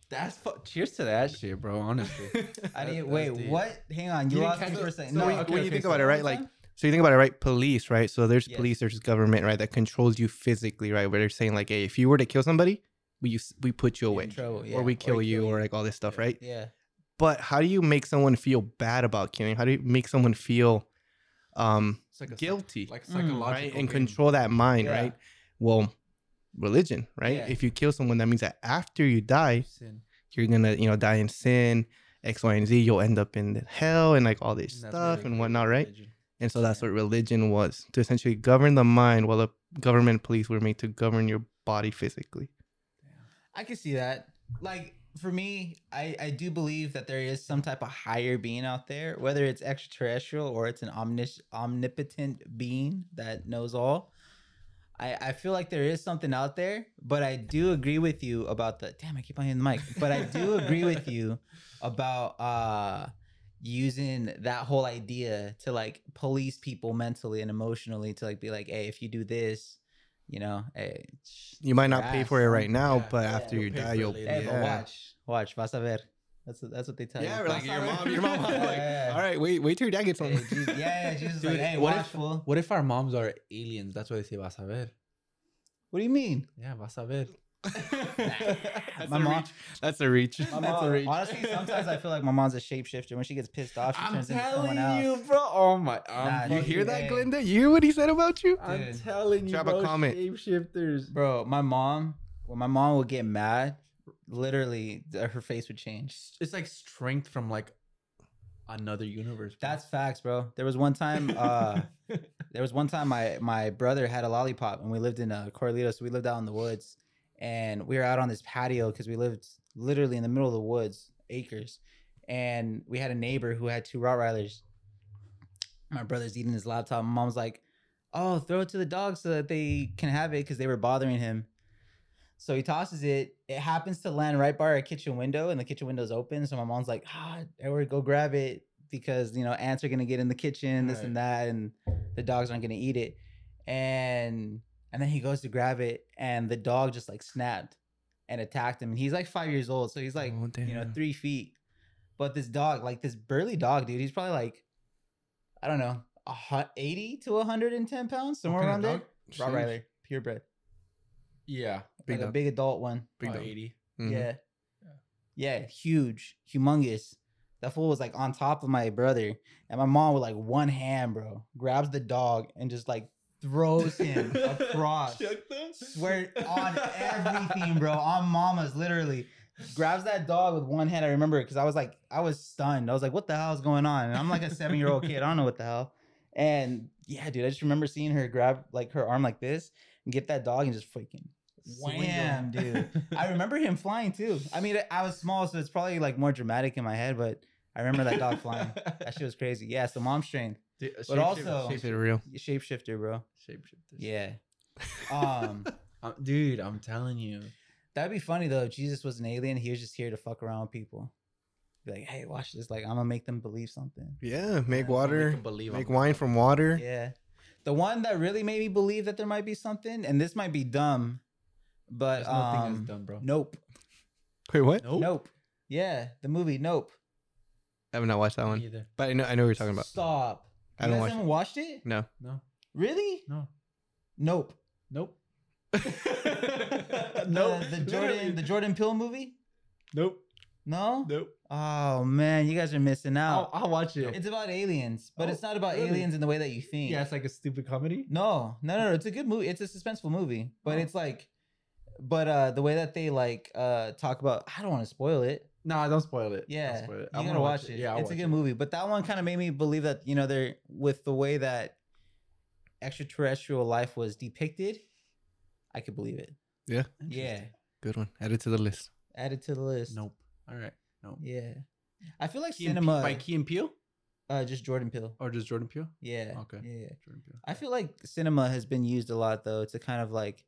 [SPEAKER 2] That's fu- cheers to that shit, bro. Honestly.
[SPEAKER 3] I
[SPEAKER 2] That-
[SPEAKER 3] didn't.
[SPEAKER 2] that's
[SPEAKER 3] Wait,
[SPEAKER 2] deep.
[SPEAKER 3] what? Hang on. You,
[SPEAKER 2] You didn't
[SPEAKER 3] lost me
[SPEAKER 2] catch
[SPEAKER 3] for a
[SPEAKER 2] it?
[SPEAKER 3] second.
[SPEAKER 2] So
[SPEAKER 3] No,
[SPEAKER 2] when you-
[SPEAKER 3] okay,
[SPEAKER 1] when you
[SPEAKER 3] okay,
[SPEAKER 1] think
[SPEAKER 3] so
[SPEAKER 1] about it,
[SPEAKER 3] one
[SPEAKER 1] right,
[SPEAKER 3] more
[SPEAKER 1] like-
[SPEAKER 3] time?
[SPEAKER 1] So you think about it, right? Police, right? So there's
[SPEAKER 3] Yes.
[SPEAKER 1] police, there's government, right, that controls you physically, right? Where they're saying like, hey, if you were to kill somebody, we you, we put you
[SPEAKER 3] In
[SPEAKER 1] away,
[SPEAKER 3] trouble, yeah,
[SPEAKER 1] or we kill you, or like all this stuff,
[SPEAKER 2] Yeah.
[SPEAKER 1] right?
[SPEAKER 3] yeah.
[SPEAKER 1] But how do you make someone feel bad about killing? How do you make someone feel um
[SPEAKER 2] It's like a psych-
[SPEAKER 1] guilty,
[SPEAKER 2] Like
[SPEAKER 3] Mm, right,
[SPEAKER 2] psychological.
[SPEAKER 1] right? And
[SPEAKER 2] game.
[SPEAKER 1] control that mind,
[SPEAKER 3] Yeah.
[SPEAKER 1] right? Well, religion, right?
[SPEAKER 3] Yeah.
[SPEAKER 1] If you kill someone, that means that after you die,
[SPEAKER 2] Sin.
[SPEAKER 1] you're gonna you know die in sin, X, Y, and Z. You'll end up in hell and like all this
[SPEAKER 2] And that's where
[SPEAKER 1] stuff
[SPEAKER 2] they
[SPEAKER 1] and
[SPEAKER 2] create
[SPEAKER 1] whatnot, right?
[SPEAKER 2] religion.
[SPEAKER 1] And so that's
[SPEAKER 3] Yeah.
[SPEAKER 1] what religion was to essentially govern the mind while the government police were made to govern your body physically.
[SPEAKER 3] I can see that. Like for me, I I do believe that there is some type of higher being out there, whether it's extraterrestrial or it's an omnis- omnipotent being that knows all. I I feel like there is something out there, but I do agree with you about the damn. I keep on hitting the mic, but I do agree with you about uh using that whole idea to like police people mentally and emotionally to like be like, hey, if you do this, you know, eh, hey,
[SPEAKER 1] You might not pay
[SPEAKER 3] Yes.
[SPEAKER 1] for it right now,
[SPEAKER 2] Yeah.
[SPEAKER 1] but
[SPEAKER 3] Yeah,
[SPEAKER 1] after
[SPEAKER 2] you'll
[SPEAKER 1] you
[SPEAKER 2] pay for
[SPEAKER 1] die,
[SPEAKER 2] it
[SPEAKER 1] you'll
[SPEAKER 2] later.
[SPEAKER 3] Hey, but
[SPEAKER 1] yeah.
[SPEAKER 3] watch, watch, vas a ver. That's what, that's what they tell
[SPEAKER 1] Yeah,
[SPEAKER 3] you.
[SPEAKER 1] or like
[SPEAKER 3] Vas
[SPEAKER 1] your
[SPEAKER 3] a ver.
[SPEAKER 1] mom, your mom, like,
[SPEAKER 3] Yeah.
[SPEAKER 1] all right, wait, wait till your dad gets
[SPEAKER 3] Hey,
[SPEAKER 1] home.
[SPEAKER 3] Jesus- yeah, yeah, Jesus is
[SPEAKER 2] Dude,
[SPEAKER 3] like, hey,
[SPEAKER 2] what
[SPEAKER 3] watch,
[SPEAKER 2] if-
[SPEAKER 3] fool.
[SPEAKER 2] What if our moms are aliens? That's why they say vas a ver.
[SPEAKER 3] What do you mean?
[SPEAKER 2] Yeah, vas a ver.
[SPEAKER 1] that's,
[SPEAKER 3] My
[SPEAKER 1] a
[SPEAKER 3] mom-
[SPEAKER 1] reach. that's a reach.
[SPEAKER 3] My
[SPEAKER 2] That's a
[SPEAKER 3] mom-
[SPEAKER 2] reach.
[SPEAKER 3] honestly, sometimes I feel like my mom's a shapeshifter. When she gets pissed off, she
[SPEAKER 2] I'm
[SPEAKER 3] turns into someone
[SPEAKER 2] telling you,
[SPEAKER 3] else.
[SPEAKER 2] bro. Oh my. I'm
[SPEAKER 3] Nah,
[SPEAKER 1] You
[SPEAKER 2] fucking-
[SPEAKER 1] hear that,
[SPEAKER 3] Hey.
[SPEAKER 1] Glinda? You hear what he said about you?
[SPEAKER 2] I'm
[SPEAKER 3] Dude.
[SPEAKER 2] telling you,
[SPEAKER 1] Drop a
[SPEAKER 2] bro.
[SPEAKER 1] comment.
[SPEAKER 2] Shapeshifters.
[SPEAKER 3] Bro, my mom, when my mom would get mad, literally th- her face would change.
[SPEAKER 2] It's like strength from like another universe. bro.
[SPEAKER 3] That's facts, bro. There was one time, uh, there was one time my my brother had a lollipop, and we lived in uh, Corralitos. We lived out in the woods, and we were out on this patio because we lived literally in the middle of the woods, acres, and we had a neighbor who had two Rottweilers. My brother's eating his laptop. My mom's like, "Oh, throw it to the dog so that they can have it because they were bothering him." So he tosses it. It happens to land right by our kitchen window, and the kitchen window's open. So my mom's like, "Ah, Edward, go grab it because you know ants are gonna get in the kitchen, this and that, and the dogs aren't gonna eat it." And and then he goes to grab it, and the dog just like snapped and attacked him. And he's like five years old, so he's like
[SPEAKER 1] Oh,
[SPEAKER 3] you know
[SPEAKER 1] damn.
[SPEAKER 3] three feet. But this dog, like this burly dog, dude, he's probably like, I don't know, a hu- eighty to hundred and ten pounds, somewhere
[SPEAKER 2] kind
[SPEAKER 3] around
[SPEAKER 2] of
[SPEAKER 3] there.
[SPEAKER 2] dog?
[SPEAKER 3] Rottweiler, purebred,
[SPEAKER 2] Yeah.
[SPEAKER 1] Big
[SPEAKER 3] like a
[SPEAKER 1] dog.
[SPEAKER 3] big adult one.
[SPEAKER 1] Big
[SPEAKER 2] Big
[SPEAKER 1] dog.
[SPEAKER 2] 80.
[SPEAKER 1] Mhm.
[SPEAKER 3] Yeah. Yeah, huge, humongous. That fool was like on top of my brother, and my mom with like one hand, bro, grabs the dog and just like throws him across. Swear on everything, bro. On mamas, literally. Grabs that dog with one hand. I remember it because I was like, I was stunned. I was like, what the hell is going on? And I'm like a seven year old kid. I don't know what the hell. And yeah, dude, I just remember seeing her grab like her arm like this and get that dog and just freaking
[SPEAKER 2] Swing
[SPEAKER 3] wham,
[SPEAKER 2] him.
[SPEAKER 3] dude. I remember him flying too. I mean, I was small, so it's probably like more dramatic in my head, but I remember that dog flying. That shit was crazy. Yeah, so mom strength,
[SPEAKER 2] Dude,
[SPEAKER 3] But also-
[SPEAKER 1] Keep it real.
[SPEAKER 3] shapeshifter, bro.
[SPEAKER 2] shapeshifters.
[SPEAKER 3] Yeah. Um,
[SPEAKER 2] Um, dude, I'm telling you.
[SPEAKER 3] that'd be funny though. If Jesus was an alien, he was just here to fuck around with people. Be like, hey, watch this. Like, I'm gonna make them believe something.
[SPEAKER 1] Yeah, make
[SPEAKER 3] Yeah,
[SPEAKER 1] water,
[SPEAKER 2] Make, believe
[SPEAKER 1] make
[SPEAKER 2] I'm-
[SPEAKER 1] wine from water.
[SPEAKER 3] Yeah. The one that really made me believe that there might be something, and this might be dumb, but
[SPEAKER 2] There's nothing
[SPEAKER 3] um,
[SPEAKER 2] that's dumb, Oh. bro.
[SPEAKER 3] Nope.
[SPEAKER 1] Wait, what?
[SPEAKER 2] Nope.
[SPEAKER 3] Nope. Yeah, the movie Nope.
[SPEAKER 1] I have not watched that
[SPEAKER 2] Me
[SPEAKER 1] one,
[SPEAKER 2] Either.
[SPEAKER 1] but I know I know what you're talking about.
[SPEAKER 3] Stop.
[SPEAKER 1] I
[SPEAKER 3] you
[SPEAKER 1] don't
[SPEAKER 3] guys
[SPEAKER 1] watch
[SPEAKER 3] haven't watched it?
[SPEAKER 1] No,
[SPEAKER 2] No.
[SPEAKER 3] Really?
[SPEAKER 2] No.
[SPEAKER 3] Nope.
[SPEAKER 2] Nope.
[SPEAKER 3] No,
[SPEAKER 2] Uh, nope.
[SPEAKER 3] the, Jordan the
[SPEAKER 2] Literally.
[SPEAKER 3] Jordan Pill movie?
[SPEAKER 2] Nope.
[SPEAKER 3] No?
[SPEAKER 2] Nope.
[SPEAKER 3] Oh man, you guys are missing
[SPEAKER 2] I'll,
[SPEAKER 3] out.
[SPEAKER 2] I'll watch it.
[SPEAKER 3] Oh. It's about aliens, but
[SPEAKER 2] Oh,
[SPEAKER 3] it's not about
[SPEAKER 2] really?
[SPEAKER 3] aliens in the way that you think.
[SPEAKER 2] yeah, it's like a stupid comedy.
[SPEAKER 3] No, no, no, no. It's a good movie. It's a suspenseful movie, but
[SPEAKER 2] Oh.
[SPEAKER 3] it's like, but uh, the way that they like uh talk about, I don't want to spoil it.
[SPEAKER 2] No, don't spoil it.
[SPEAKER 3] Yeah,
[SPEAKER 2] don't spoil
[SPEAKER 3] you
[SPEAKER 2] it. I
[SPEAKER 3] gotta
[SPEAKER 2] wanna
[SPEAKER 3] watch it.
[SPEAKER 2] Yeah, I'll
[SPEAKER 3] it's a
[SPEAKER 2] watch
[SPEAKER 3] good
[SPEAKER 2] it.
[SPEAKER 3] movie, but that one kind of made me believe that you know they're with the way that extraterrestrial life was depicted. I could believe it.
[SPEAKER 1] Yeah.
[SPEAKER 3] Yeah,
[SPEAKER 2] Interesting.
[SPEAKER 1] good one. Add it to the list.
[SPEAKER 3] add it to the list.
[SPEAKER 2] Nope. All right. Nope.
[SPEAKER 3] Yeah, I feel like
[SPEAKER 2] Key and Pe-
[SPEAKER 3] cinema.
[SPEAKER 2] by Key and Peele
[SPEAKER 3] uh, just Jordan Peele.
[SPEAKER 2] or just Jordan Peele?
[SPEAKER 3] Yeah.
[SPEAKER 2] Okay.
[SPEAKER 3] Yeah.
[SPEAKER 2] Jordan Peele.
[SPEAKER 3] I feel like cinema has been used a lot though to kind of like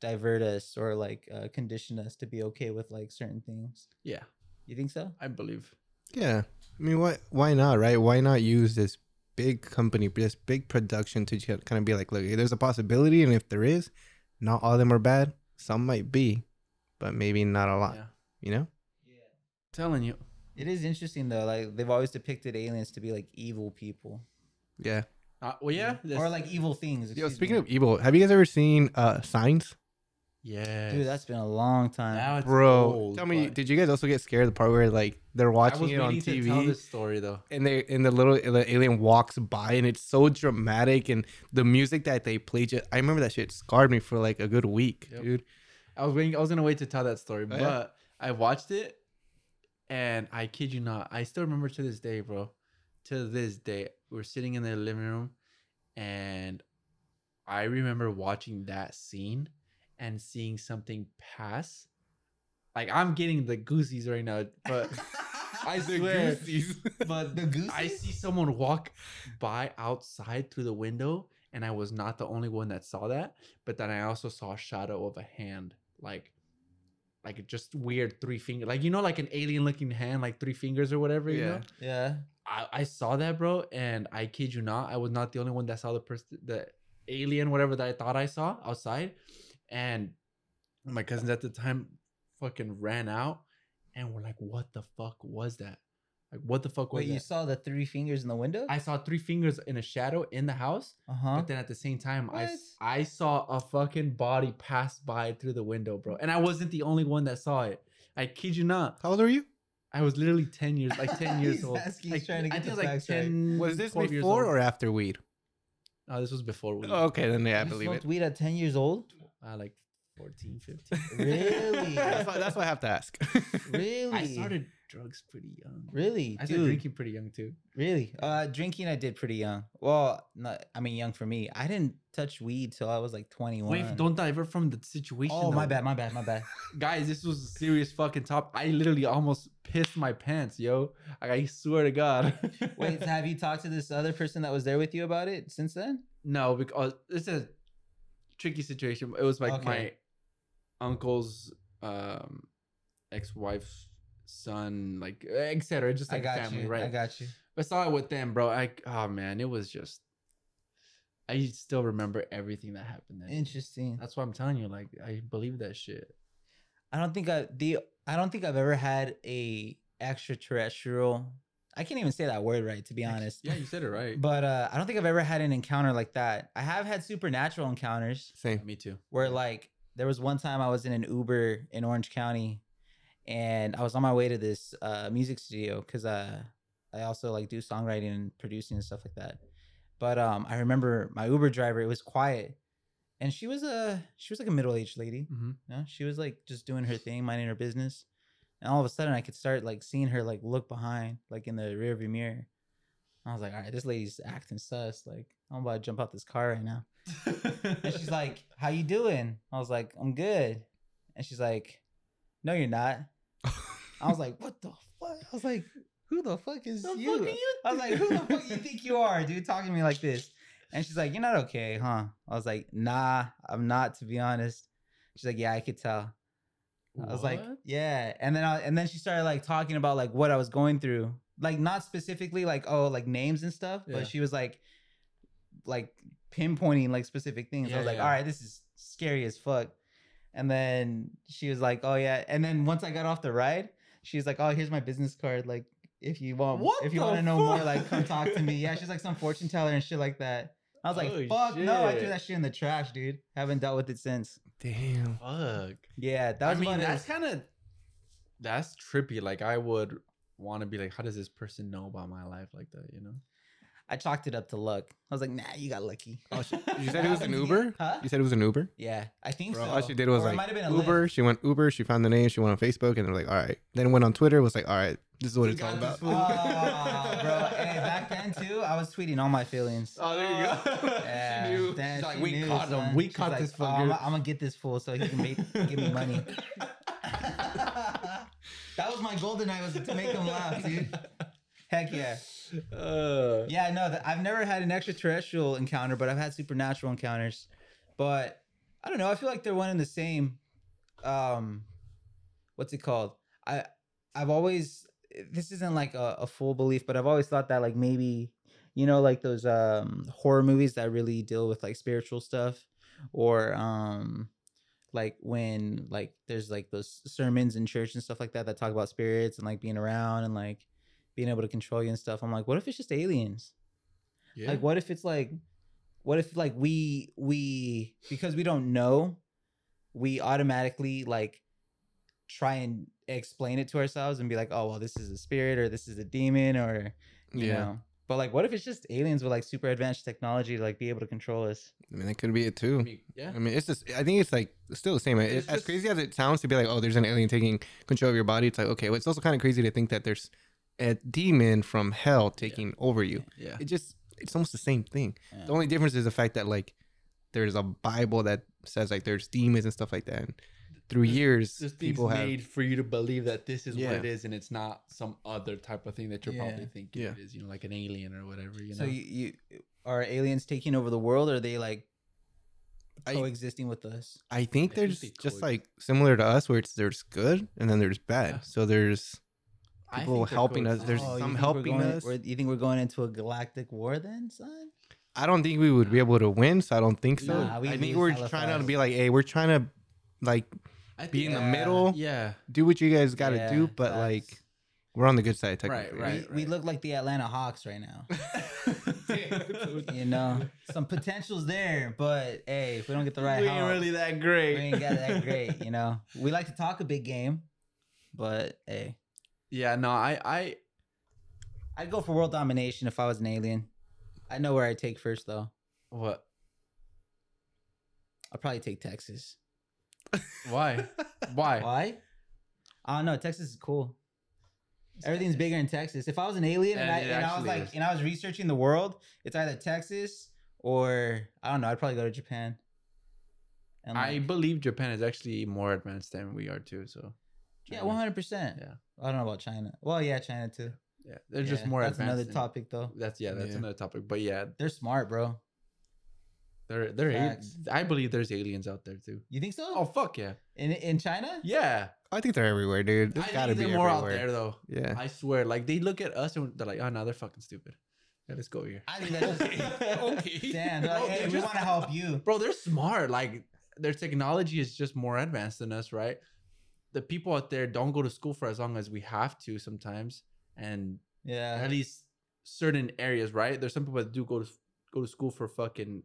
[SPEAKER 3] divert us or like uh, condition us to be okay with like certain things.
[SPEAKER 2] Yeah,
[SPEAKER 3] You think so?
[SPEAKER 2] I believe.
[SPEAKER 1] Yeah, I mean, why why not, right? Why not use this big company, this big production to ju- kind of be like, look, there's a possibility, and if there is, not all of them are bad. Some might be, but maybe not a lot.
[SPEAKER 2] Yeah.
[SPEAKER 1] You know?
[SPEAKER 2] Telling you.
[SPEAKER 3] It is interesting though. Like they've always depicted aliens to be like evil people
[SPEAKER 1] Yeah.
[SPEAKER 2] Uh, well, yeah. this-
[SPEAKER 3] or like evil things.
[SPEAKER 1] Yo,
[SPEAKER 3] excuse
[SPEAKER 1] speaking
[SPEAKER 3] me.
[SPEAKER 1] of evil, have you guys ever seen uh Signs?
[SPEAKER 2] yeah,
[SPEAKER 3] dude, that's been a long time.
[SPEAKER 2] Now it's
[SPEAKER 1] Bro,
[SPEAKER 2] old,
[SPEAKER 1] tell me,
[SPEAKER 2] but-
[SPEAKER 1] did you guys also get scared of the part where like they're
[SPEAKER 2] I
[SPEAKER 1] watching
[SPEAKER 2] was
[SPEAKER 1] it on
[SPEAKER 2] waiting to tell
[SPEAKER 1] TV?
[SPEAKER 2] this story though.
[SPEAKER 1] and they and the little the alien walks by and it's so dramatic and the music that they play just I remember that shit scarred me for like a good week,
[SPEAKER 2] Yep.
[SPEAKER 1] dude.
[SPEAKER 2] I was waiting. I was gonna wait to tell that story,
[SPEAKER 1] Oh,
[SPEAKER 2] but
[SPEAKER 1] yeah?
[SPEAKER 2] I watched it, and I kid you not, I still remember to this day, bro. To this day, We were sitting in the living room, and I remember watching that scene and seeing something pass. Like I'm getting the goosies right now, but I swear. but
[SPEAKER 3] the goose.
[SPEAKER 2] I see someone walk by outside through the window, and I was not the only one that saw that. But then I also saw a shadow of a hand, like, like a just weird three finger, like you know, like an alien looking hand, like three fingers or whatever. You know,
[SPEAKER 1] Yeah.
[SPEAKER 3] Yeah.
[SPEAKER 2] I, I saw that, bro, and I kid you not, I was not the only one that saw the person, the alien, whatever that I thought I saw outside, and my cousins at the time fucking ran out, and were like, "What the fuck was that? Like, what the fuck was
[SPEAKER 3] Wait,
[SPEAKER 2] that?"
[SPEAKER 3] you saw the three fingers in the window?
[SPEAKER 2] I saw three fingers in a shadow in the house,
[SPEAKER 3] uh huh.
[SPEAKER 2] but then at the same time, I, s-
[SPEAKER 3] What?
[SPEAKER 2] I saw a fucking body pass by through the window, bro. And I wasn't the only one that saw it. I kid you not.
[SPEAKER 1] How old are you?
[SPEAKER 2] I was literally 10 years, like 10 years
[SPEAKER 3] He's
[SPEAKER 2] old.
[SPEAKER 3] asking- he's
[SPEAKER 2] Like,
[SPEAKER 3] trying to
[SPEAKER 2] I
[SPEAKER 3] get
[SPEAKER 2] think
[SPEAKER 3] the
[SPEAKER 2] it was
[SPEAKER 3] facts
[SPEAKER 2] like
[SPEAKER 3] right.
[SPEAKER 2] 10.
[SPEAKER 1] Was this
[SPEAKER 2] 12 years
[SPEAKER 1] before
[SPEAKER 2] old.
[SPEAKER 1] or Oh. after weed?
[SPEAKER 2] No, this was before. We,
[SPEAKER 1] Okay, then yeah, I
[SPEAKER 3] You
[SPEAKER 1] believe
[SPEAKER 3] smoked
[SPEAKER 1] it.
[SPEAKER 3] weed at ten years old?
[SPEAKER 2] Uh, like 14, 15.
[SPEAKER 3] Really?
[SPEAKER 1] that's, why, that's why I have to ask.
[SPEAKER 3] Really?
[SPEAKER 2] I started drugs pretty young.
[SPEAKER 3] Really,
[SPEAKER 2] I started
[SPEAKER 3] dude.
[SPEAKER 2] drinking pretty young too.
[SPEAKER 3] Really? Uh, drinking I did pretty young. Well, not, I mean young for me. I didn't touch weed till I was like 21.
[SPEAKER 2] Wait, don't divert from the situation.
[SPEAKER 3] Oh, my
[SPEAKER 2] though.
[SPEAKER 3] bad, my bad, my bad.
[SPEAKER 2] guys, this was a serious fucking top. I literally almost pissed my pants, yo. Like, I swear to God.
[SPEAKER 3] Wait, have you talked to this other person that was there with you about it since then?
[SPEAKER 2] no, because it's a tricky situation. It was like my
[SPEAKER 3] Okay.
[SPEAKER 2] uncle's um, ex-wife's son, like etc. Just
[SPEAKER 3] I
[SPEAKER 2] like
[SPEAKER 3] got
[SPEAKER 2] family,
[SPEAKER 3] you.
[SPEAKER 2] right?
[SPEAKER 3] I got you.
[SPEAKER 2] I saw it with them, bro. I oh man, it was just. I still remember everything that happened. Then.
[SPEAKER 3] Interesting.
[SPEAKER 2] That's why I'm telling you, like I believe that shit.
[SPEAKER 3] I don't think I the I don't think I've ever had a extraterrestrial. I can't even say that word right to be honest.
[SPEAKER 2] Yeah, you said it right.
[SPEAKER 3] But uh, I don't think I've ever had an encounter like that. I have had supernatural encounters
[SPEAKER 1] Same.
[SPEAKER 2] me too.
[SPEAKER 3] where like there was one time I was in an Uber in Orange County, and I was on my way to this uh, music studio because uh, I also like do songwriting and producing and stuff like that. But um, I remember my Uber driver. It was quiet, and she was a she was like a middle aged lady.
[SPEAKER 2] hmm
[SPEAKER 3] You know, she was like just doing her thing, minding her business, and all of a sudden I could start like seeing her like look behind, like in the rearview mirror. I was like, all right, this lady's acting sus. Like I'm about to jump out this car right now. And she's like, "How you doing?" I was like, "I'm good." And she's like, "No, you're not." I was like, "What the fuck?" I was like, "Who the fuck is you?" I was like, "Who the fuck you think you are, dude, talking to me like this?" And she's like, "You're not okay, huh?" I was like, "Nah, I'm not, to be honest." She's like, "Yeah, I could tell." I was like,
[SPEAKER 2] What?
[SPEAKER 3] "Yeah," and then I, and then she started like talking about like what I was going through, like not specifically like oh like names and stuff,
[SPEAKER 2] Yeah.
[SPEAKER 3] but she was like, like pinpointing like specific things.
[SPEAKER 2] Yeah,
[SPEAKER 3] I was like,
[SPEAKER 2] yeah.
[SPEAKER 3] "All right, this is scary as fuck." And then she was like, "Oh yeah," and then once I got off the ride, she's like, "Oh, here's my business card. Like, if you want,
[SPEAKER 2] What
[SPEAKER 3] if you
[SPEAKER 2] the
[SPEAKER 3] want to know more,
[SPEAKER 2] fuck?
[SPEAKER 3] like, come talk to me." Yeah, she's like some fortune teller and shit like that. I was like,
[SPEAKER 2] Oh,
[SPEAKER 3] "Fuck no!" I
[SPEAKER 2] shit.
[SPEAKER 3] threw that shit in the trash, dude. Haven't dealt with it since.
[SPEAKER 1] Damn.
[SPEAKER 2] fuck.
[SPEAKER 3] Yeah, that
[SPEAKER 2] I
[SPEAKER 3] was
[SPEAKER 2] mean,
[SPEAKER 3] about it.
[SPEAKER 2] that's kind of that's trippy. Like, I would want to be like, how does this person know about my life like that? You know?
[SPEAKER 3] I chalked it up to luck. I was like, nah, you got lucky.
[SPEAKER 1] Oh, she- you
[SPEAKER 3] That
[SPEAKER 1] said it was an
[SPEAKER 3] happens again.
[SPEAKER 1] Uber.
[SPEAKER 3] Huh?
[SPEAKER 1] You said it was an Uber.
[SPEAKER 3] Yeah, I think
[SPEAKER 2] Bro,
[SPEAKER 3] so.
[SPEAKER 1] All she did was
[SPEAKER 3] Or it
[SPEAKER 1] like
[SPEAKER 3] might have been a
[SPEAKER 1] Uber.
[SPEAKER 3] Lyft.
[SPEAKER 1] She went Uber. She found the name. She went on Facebook, and they're like, "All right." Then went on Twitter. Was like, "All right, this is what it's all
[SPEAKER 2] Got
[SPEAKER 1] about."
[SPEAKER 2] this fool.
[SPEAKER 3] Oh, bro. Hey, back then too, I was tweeting all my feelings.
[SPEAKER 2] Oh, there you go.
[SPEAKER 3] Yeah, damn,
[SPEAKER 2] She's like,
[SPEAKER 3] she
[SPEAKER 2] we
[SPEAKER 3] knew,
[SPEAKER 2] caught
[SPEAKER 3] son.
[SPEAKER 2] him. We
[SPEAKER 3] She's
[SPEAKER 2] caught
[SPEAKER 3] like,
[SPEAKER 2] this
[SPEAKER 3] "Oh, I'm,
[SPEAKER 2] fucker.
[SPEAKER 3] gonna get this fool so he can make give me money. that was my golden night was to make him laugh, dude. Heck yeah.
[SPEAKER 2] Uh,
[SPEAKER 3] Yeah, no, th- I've never had an extraterrestrial encounter, but I've had supernatural encounters. But I don't know. I feel like they're one and the same. Um, what's it called? I I've always this isn't like a, a full belief, but I've always thought that like maybe you know like those um horror movies that really deal with like spiritual stuff, or um like when like there's like those sermons in church and stuff like that that talk about spirits and like being around and like being able to control you and stuff. I'm like, what if it's just aliens?
[SPEAKER 2] yeah.
[SPEAKER 3] Like, what if it's like, what if like we we because we don't know, we automatically like try and explain it to ourselves and be like, oh well, this is a spirit or this is a demon or you
[SPEAKER 1] Yeah,
[SPEAKER 3] know. But like, what if it's just aliens with like super advanced technology to like be able to control us?
[SPEAKER 1] I mean, that could be it too.
[SPEAKER 2] I mean, yeah.
[SPEAKER 1] I mean, it's just. I think it's like it's still the same. It-
[SPEAKER 2] It's
[SPEAKER 1] as
[SPEAKER 2] just-
[SPEAKER 1] crazy as it sounds to be like, oh, there's an alien taking control of your body. It's like okay, well, it's also kind of crazy to think that there's a demon from hell taking over you.
[SPEAKER 2] Yeah.
[SPEAKER 1] It just it's almost the same thing.
[SPEAKER 3] Yeah.
[SPEAKER 1] The only difference is the fact that like there's a Bible that says like there's demons and stuff like that. And through
[SPEAKER 2] There's-
[SPEAKER 1] years,
[SPEAKER 2] This thing's
[SPEAKER 1] people have
[SPEAKER 2] made for you to believe that this is
[SPEAKER 1] Yeah.
[SPEAKER 2] what it is, and it's not some other type of thing that you're
[SPEAKER 3] Yeah.
[SPEAKER 2] probably thinking
[SPEAKER 1] Yeah.
[SPEAKER 2] it is. You know, like an alien or whatever. You
[SPEAKER 3] So
[SPEAKER 2] know.
[SPEAKER 3] you, you are aliens taking over the world? Or are they like
[SPEAKER 1] I-
[SPEAKER 3] coexisting with us?
[SPEAKER 1] I think
[SPEAKER 2] I think
[SPEAKER 1] there's
[SPEAKER 2] they
[SPEAKER 1] just
[SPEAKER 2] coexist.
[SPEAKER 1] like similar to us, where it's there's good and then there's bad.
[SPEAKER 2] Yeah.
[SPEAKER 1] So there's
[SPEAKER 2] I
[SPEAKER 1] people
[SPEAKER 2] think they're Oh,
[SPEAKER 1] helping us. There's
[SPEAKER 2] coexisting.
[SPEAKER 3] Oh, you
[SPEAKER 1] some
[SPEAKER 3] think we're
[SPEAKER 1] helping
[SPEAKER 3] going-
[SPEAKER 1] us.
[SPEAKER 3] we're- You think we're going into a galactic war then, son?
[SPEAKER 1] I don't think we would be able to win, so I don't think so.
[SPEAKER 2] Nah,
[SPEAKER 3] we
[SPEAKER 1] I think
[SPEAKER 3] lose
[SPEAKER 1] we're
[SPEAKER 3] hella
[SPEAKER 1] trying to
[SPEAKER 3] fast.
[SPEAKER 1] be like, hey, we're trying to like
[SPEAKER 2] I
[SPEAKER 1] be
[SPEAKER 2] think-
[SPEAKER 1] in
[SPEAKER 3] Yeah.
[SPEAKER 1] the middle,
[SPEAKER 2] Yeah.
[SPEAKER 1] do what you guys got to
[SPEAKER 3] Yeah,
[SPEAKER 1] do, but
[SPEAKER 3] facts.
[SPEAKER 1] like we're on the good side
[SPEAKER 2] Right,
[SPEAKER 1] technically.
[SPEAKER 2] right.
[SPEAKER 3] we, we look like the Atlanta Hawks right now.
[SPEAKER 2] Damn.
[SPEAKER 3] You know, some potential's there, but hey, if we don't get the right
[SPEAKER 2] we ain't
[SPEAKER 3] Hawks,
[SPEAKER 2] really that great.
[SPEAKER 3] we ain't got that great. You know, we like to talk a big game, but hey,
[SPEAKER 2] yeah. No. I. I.
[SPEAKER 3] I'd go for world domination if I was an alien. I know where I'd take first though.
[SPEAKER 2] What?
[SPEAKER 3] I'll probably take Texas.
[SPEAKER 2] Why? Why?
[SPEAKER 3] Why? I don't know. Texas is cool. Everything's bigger in Texas. If I was an alien and,
[SPEAKER 2] Yeah,
[SPEAKER 3] I,
[SPEAKER 2] it
[SPEAKER 3] and I was
[SPEAKER 2] actually
[SPEAKER 3] like
[SPEAKER 2] is.
[SPEAKER 3] and I was researching the world, it's either Texas or I don't know. I'd probably go to Japan. And
[SPEAKER 2] I
[SPEAKER 3] like-
[SPEAKER 2] believe Japan is actually more advanced than we are too. So.
[SPEAKER 3] yeah,
[SPEAKER 2] China.
[SPEAKER 3] one hundred percent.
[SPEAKER 2] Yeah.
[SPEAKER 3] I don't know about China. Well, yeah, China too.
[SPEAKER 2] Yeah. They're
[SPEAKER 3] Yeah,
[SPEAKER 2] just more
[SPEAKER 3] That's
[SPEAKER 2] advanced.
[SPEAKER 3] another
[SPEAKER 2] than-
[SPEAKER 3] topic though.
[SPEAKER 2] That's yeah. That's
[SPEAKER 1] Yeah.
[SPEAKER 2] another topic. But yeah,
[SPEAKER 3] They're smart, bro.
[SPEAKER 2] There, there. Are,
[SPEAKER 3] Facts.
[SPEAKER 2] I believe there's aliens out there too.
[SPEAKER 3] You think so?
[SPEAKER 2] Oh fuck yeah,
[SPEAKER 3] In in China?
[SPEAKER 2] yeah.
[SPEAKER 1] I think they're everywhere, dude. There's
[SPEAKER 2] I
[SPEAKER 1] got to
[SPEAKER 2] think
[SPEAKER 1] be
[SPEAKER 2] they're
[SPEAKER 1] everywhere.
[SPEAKER 2] more out there though.
[SPEAKER 1] Yeah.
[SPEAKER 2] I swear, like they look at us and they're like, oh no, they're fucking stupid. Yeah, let's go over here.
[SPEAKER 3] I think that's just
[SPEAKER 2] Okay.
[SPEAKER 3] Damn, they're like,
[SPEAKER 2] Bro,
[SPEAKER 3] hey,
[SPEAKER 2] they're
[SPEAKER 3] we
[SPEAKER 2] just-
[SPEAKER 3] want to help you.
[SPEAKER 2] Bro, they're smart. Like their technology is just more advanced than us, right? The people out there don't go to school for as long as we have to sometimes, and
[SPEAKER 3] Yeah.
[SPEAKER 2] at least certain areas, right? There's some people that do go to go to school for fucking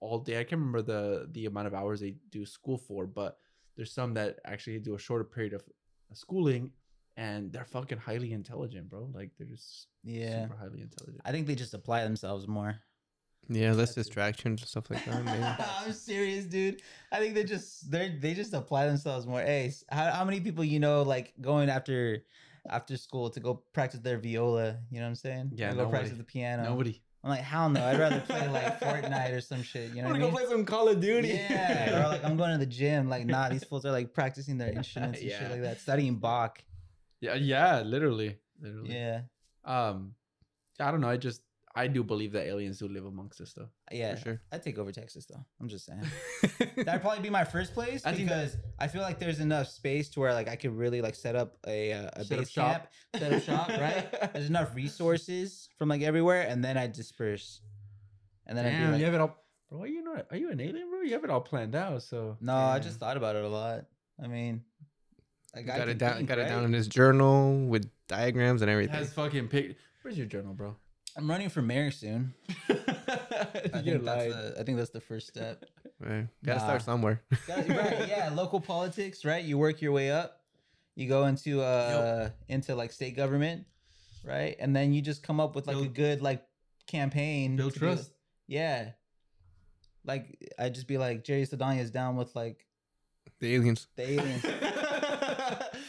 [SPEAKER 2] all day. I can't remember the the amount of hours they do school for, but there's some that actually do a shorter period of schooling, and they're fucking highly intelligent, bro. Like they're just
[SPEAKER 3] Yeah.
[SPEAKER 2] super highly intelligent.
[SPEAKER 3] I think they just apply themselves more.
[SPEAKER 1] Yeah, less
[SPEAKER 2] That's it.
[SPEAKER 1] distractions and stuff like that. Maybe.
[SPEAKER 3] I'm serious, dude. I think they just they are they just apply themselves more. Hey, s- how, how many people you know like going after after school to go practice their viola? You know what I'm saying?
[SPEAKER 2] Yeah,
[SPEAKER 3] Or go practice
[SPEAKER 2] nobody.
[SPEAKER 3] the piano.
[SPEAKER 2] Nobody.
[SPEAKER 3] I'm like, hell no. I'd rather play like Fortnite or some shit. You know what I mean?
[SPEAKER 2] play some Call of Duty.
[SPEAKER 3] Yeah, or like I'm going to the gym. Like, nah, these fools are like practicing their instruments and
[SPEAKER 2] Yeah.
[SPEAKER 3] shit like that, studying Bach.
[SPEAKER 2] yeah, yeah, literally, literally.
[SPEAKER 3] Yeah,
[SPEAKER 2] Um, I don't know. I just I do believe that aliens do live amongst us, though.
[SPEAKER 3] yeah.
[SPEAKER 1] For sure.
[SPEAKER 3] I'd take over Texas though. I'm just saying that'd probably be my first place
[SPEAKER 2] I think that-
[SPEAKER 3] because I feel like there's enough space to where like I could really like set up a uh, a
[SPEAKER 2] Set up
[SPEAKER 3] base
[SPEAKER 2] shop.
[SPEAKER 3] camp, set up shop, right? There's enough resources from like everywhere, and then I disperse, and then I'd
[SPEAKER 2] Damn,
[SPEAKER 3] be like,
[SPEAKER 2] you have it all. Bro, are you not? Are you an alien, bro? You have it all planned out. So
[SPEAKER 3] no, I
[SPEAKER 2] Damn.
[SPEAKER 3] just thought about it a lot. I mean, like, I
[SPEAKER 1] got it
[SPEAKER 3] can
[SPEAKER 1] down.
[SPEAKER 3] think,
[SPEAKER 1] Got it
[SPEAKER 3] right?
[SPEAKER 1] down in his journal with diagrams and
[SPEAKER 2] it
[SPEAKER 1] everything.
[SPEAKER 2] has fucking pic. Where's your journal, bro?
[SPEAKER 3] I'm running for mayor soon. I
[SPEAKER 2] You're
[SPEAKER 3] think, that's
[SPEAKER 2] lying.
[SPEAKER 3] the, I think that's the first step.
[SPEAKER 1] Right. Gotta
[SPEAKER 3] Nah.
[SPEAKER 1] start somewhere.
[SPEAKER 3] Got it, right, yeah, local politics, right? You work your way up. You go into uh into like state government, right? And then you just come up with like a
[SPEAKER 2] Build-
[SPEAKER 3] good like campaign.
[SPEAKER 2] Build
[SPEAKER 3] to do-
[SPEAKER 2] trust.
[SPEAKER 3] Yeah. Like I'd just be like Jerry Sedania is down with like
[SPEAKER 1] The aliens.
[SPEAKER 3] the aliens.